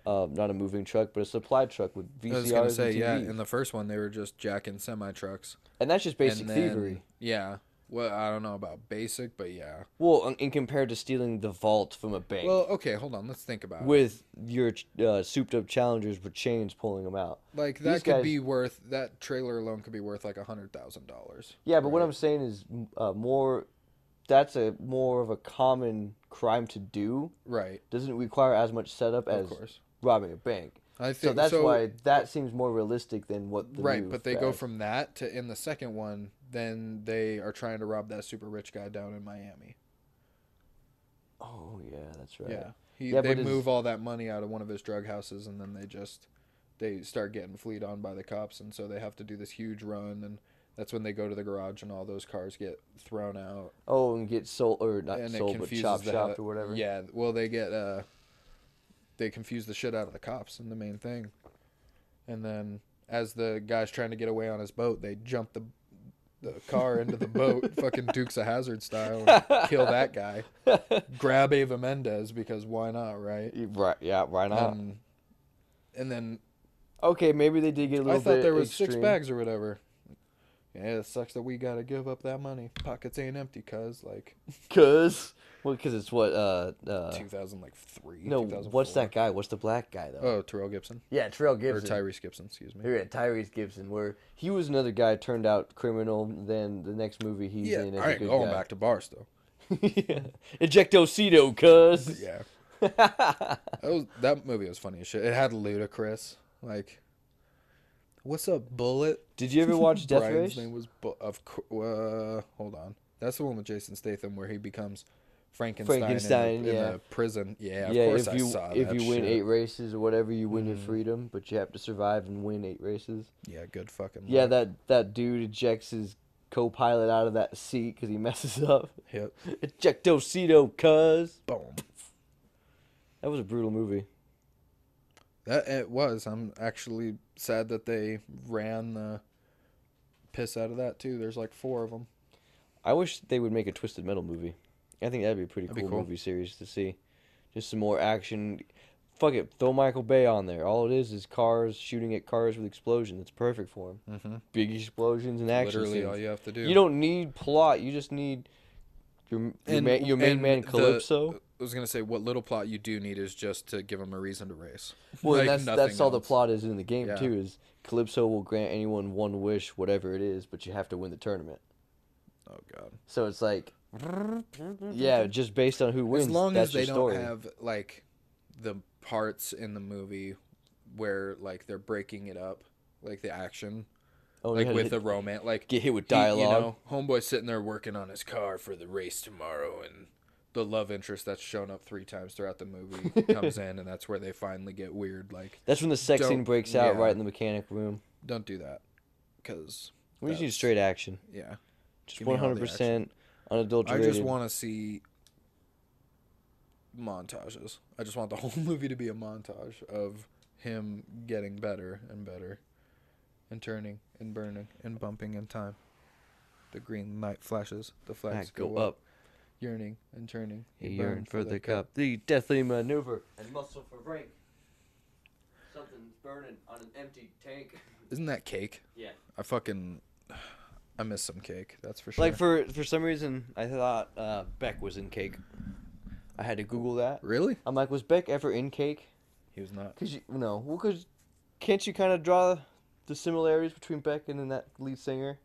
uh, not a moving truck, but a supply truck with VCRs
I was gonna say,
and TVs.
yeah. In the first one, they were just jacking semi trucks.
and that's just basic
and then,
thievery.
Yeah. Well, I don't know about basic, but yeah.
Well, and, and compared to stealing the vault from a bank
Well, okay, hold on. Let's think about it.
with your uh, souped-up challengers with chains pulling them out.
Like
these
that could
guys-
be worth that trailer alone could be worth like a hundred thousand dollars.
Yeah, but what I'm saying is m- uh, more. That's a more of a common crime to do.
Right.
Doesn't require as much setup as
Of course.
robbing a bank.
I think
So that's why that seems more realistic than what the
Right,
move
but they go
as.
from that to in the second one, then they are trying to rob that super rich guy down in Miami.
Oh yeah, that's right.
Yeah. He,
Yeah,
they
but is-
move all that money out of one of his drug houses and then they just they start getting fleed on by the cops and so they have to do this huge run and that's when they go to the garage and all those cars get thrown out.
Oh, and get sold or not
and it
sold, but
confuses
chop
the
shopped
hell-
or whatever.
Yeah, well, they get uh, they confuse the shit out of the cops and the main thing, and then as the guy's trying to get away on his boat, they jump the the car into
[LAUGHS]
the boat, fucking Dukes of Hazard style, and kill that guy, grab Ava Mendez because why not, right?
You- Right. Yeah. Right on.
Um, and then
okay, maybe they did get a little
I thought
bit
there was six
extreme.
bags or whatever. Yeah, it sucks that we gotta give up that money. Pockets ain't empty, cause like
Cause well, cause it's what uh uh.
two thousand like three.
No, what's
2004.
that guy? What's the black guy though?
Oh, Terrell Gibson.
yeah, Terrell
or
Gibson.
Tyrese Gibson, excuse me.
Here at Tyrese Gibson, where he was another guy turned out criminal. Then the next movie he's
Yeah,
in is
I
a
ain't
good
going
guy. [LAUGHS]
back to bars though.
Ejectocito, cuz.
[LAUGHS]
[LAUGHS]
Yeah, that, was, that movie was funny as shit. It had Ludacris. Like, what's up, Bullet?
Did
[LAUGHS]
you ever watch Death
Brian's
Race?
name was Bu- of cou- uh, hold on. That's the one with Jason Statham where he becomes Frankenstein, in,
Frankenstein,
the,
yeah.
in the prison. Yeah, of
yeah,
course
if
I
you
saw
if
that
you win
shit. Mm-hmm.
eight races or whatever, you win your freedom, but you have to survive and win eight races.
Yeah, good fucking.
Yeah,
luck.
that that dude ejects his co-pilot out of that seat [LAUGHS] because he messes up.
Yep.
Ejectocito, cuz.
Boom.
That was a brutal movie.
That it was. I'm actually sad that they ran the piss out of that too. There's like four of them.
I wish they would make a Twisted Metal movie. I think that'd be a pretty
That'd be
cool,
cool.
movie series to see. Just some more action. Fuck it, throw Michael Bay on there. All it is is cars shooting at cars with explosions. It's perfect for him.
Mm-hmm.
Big explosions and action
Literally, all
scenes.
you have to do.
You don't need plot. You just need your your,
And-
ma- your main
and
man
the-
Calypso.
I was gonna say what little plot you do need is just to give them a reason to race.
Well, and
Like,
that's
nothing
that's all the
else.
plot is in the game
Yeah.
too. Is Calypso will grant anyone one wish, whatever it is, but you have to win the tournament.
Oh god.
So it's
[LAUGHS]
like, yeah, just based on who wins.
as long
that's
as they
your
don't
story.
have like the parts in the movie where like they're breaking it up, like the action,
oh,
like
yeah,
with the romance, like
get hit with
he-
dialogue.
you know, homeboy sitting there working on his car for the race tomorrow, and the love interest that's shown up three times throughout
[LAUGHS]
the movie comes in, and that's where they finally get weird. Like,
That's when the sex scene
Don't-
breaks out
yeah.
right in the mechanic room.
don't do that, because
We just need
That's-
straight action.
yeah,
Just
Give me all
one
the
hundred percent unadulterated.
I just want to see montages. I just want the [LAUGHS] whole movie to be a montage of him getting better and better and turning and burning and bumping in time. The green light flashes, the flags
Back, go up.
yearning and turning.
He
burn
yearned for the cup. The deathly maneuver and muscle for rank. Something's burning on an empty tank.
[LAUGHS] Isn't that cake?
Yeah.
I fucking [SIGHS] I miss some cake, that's for sure.
[LAUGHS] Like for for some reason, I thought uh, Beck was in Cake. I had to Google that.
really?
I'm like, was Beck ever in Cake?
He was not.
Cause you no, well, cause can't you kind of draw the similarities between Beck and then that lead singer?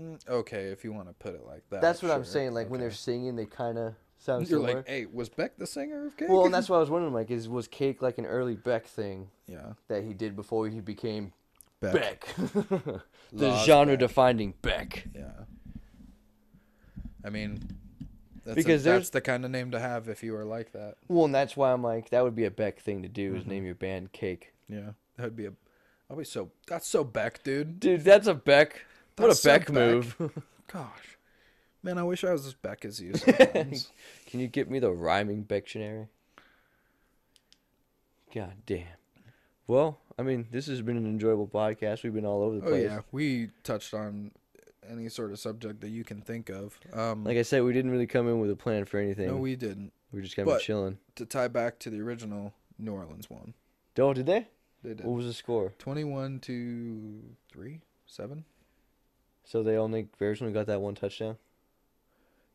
Mm, Okay, if you want to put it like that.
That's what I'm
Uh, sure.
saying. Like when they're
Okay.
singing, they kind of sound
You're
similar.
like, "Hey, was Beck the singer of Cake?"
Well, and that's what I was wondering. Like, is was Cake like an early Beck thing
yeah.
that he did before he became
Beck.
Beck,
[LAUGHS]
the
Lost
genre-defining Beck?
Yeah. I mean, that's
Because
because
there's-
that's the kind of name to have if you were like that.
Well, and that's why I'm like, that would be a Beck thing to do is
Mm-hmm.
name your band Cake.
Yeah, that would be a. I'll be so. That's so Beck, dude.
Dude, that's a Beck. What
That's
a
so
Beck
Beck.
move. [LAUGHS]
Gosh, man, I wish I was as Beck as you. Sometimes.
Can you get me the rhyming Bectionary? God damn. Well, I mean, this has been an enjoyable podcast. We've been all over the
oh
place.
yeah, we touched on any sort of subject that you can think of. Um,
Like I said, we didn't really come in with a plan for anything.
no,
we,
we didn't.
were just kind of
but-
chilling.
To tie back to the original New Orleans one,
Oh, did they?
they did
What was the score?
twenty-one to three, seven.
So they only Bears only got that one touchdown.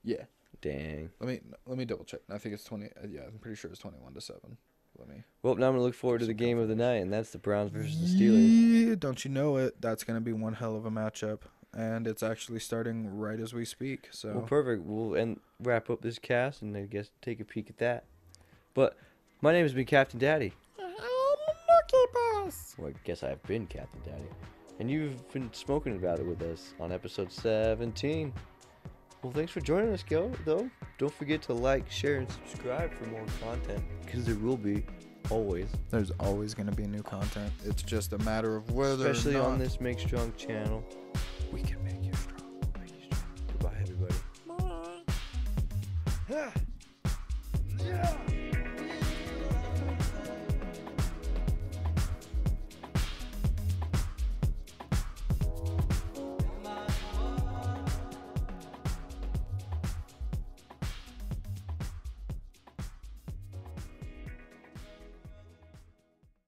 Yeah.
Dang.
Let me let me double check. I think it's twenty. uh, Yeah, I'm pretty sure it's twenty-one to seven. Let me.
Well, now I'm gonna look forward to the game of the night, and that's the Browns versus the Steelers.
Yeah, don't you know it? That's going to be one hell of a matchup, and it's actually starting right as we speak. So
Well, perfect. We'll end wrap up this cast, and I guess take a peek at that. But my name has been Captain Daddy. Well, I guess I've been Captain Daddy, and you've been smoking about it with us on episode 17. Well, thanks for joining us, Gil. Though, don't forget to like, share, and subscribe for more content, because there will be always.
there's always going to be new content. It's just a matter of whether
especially
or not
on this Make Strong channel.
we can make it. [SIGHS]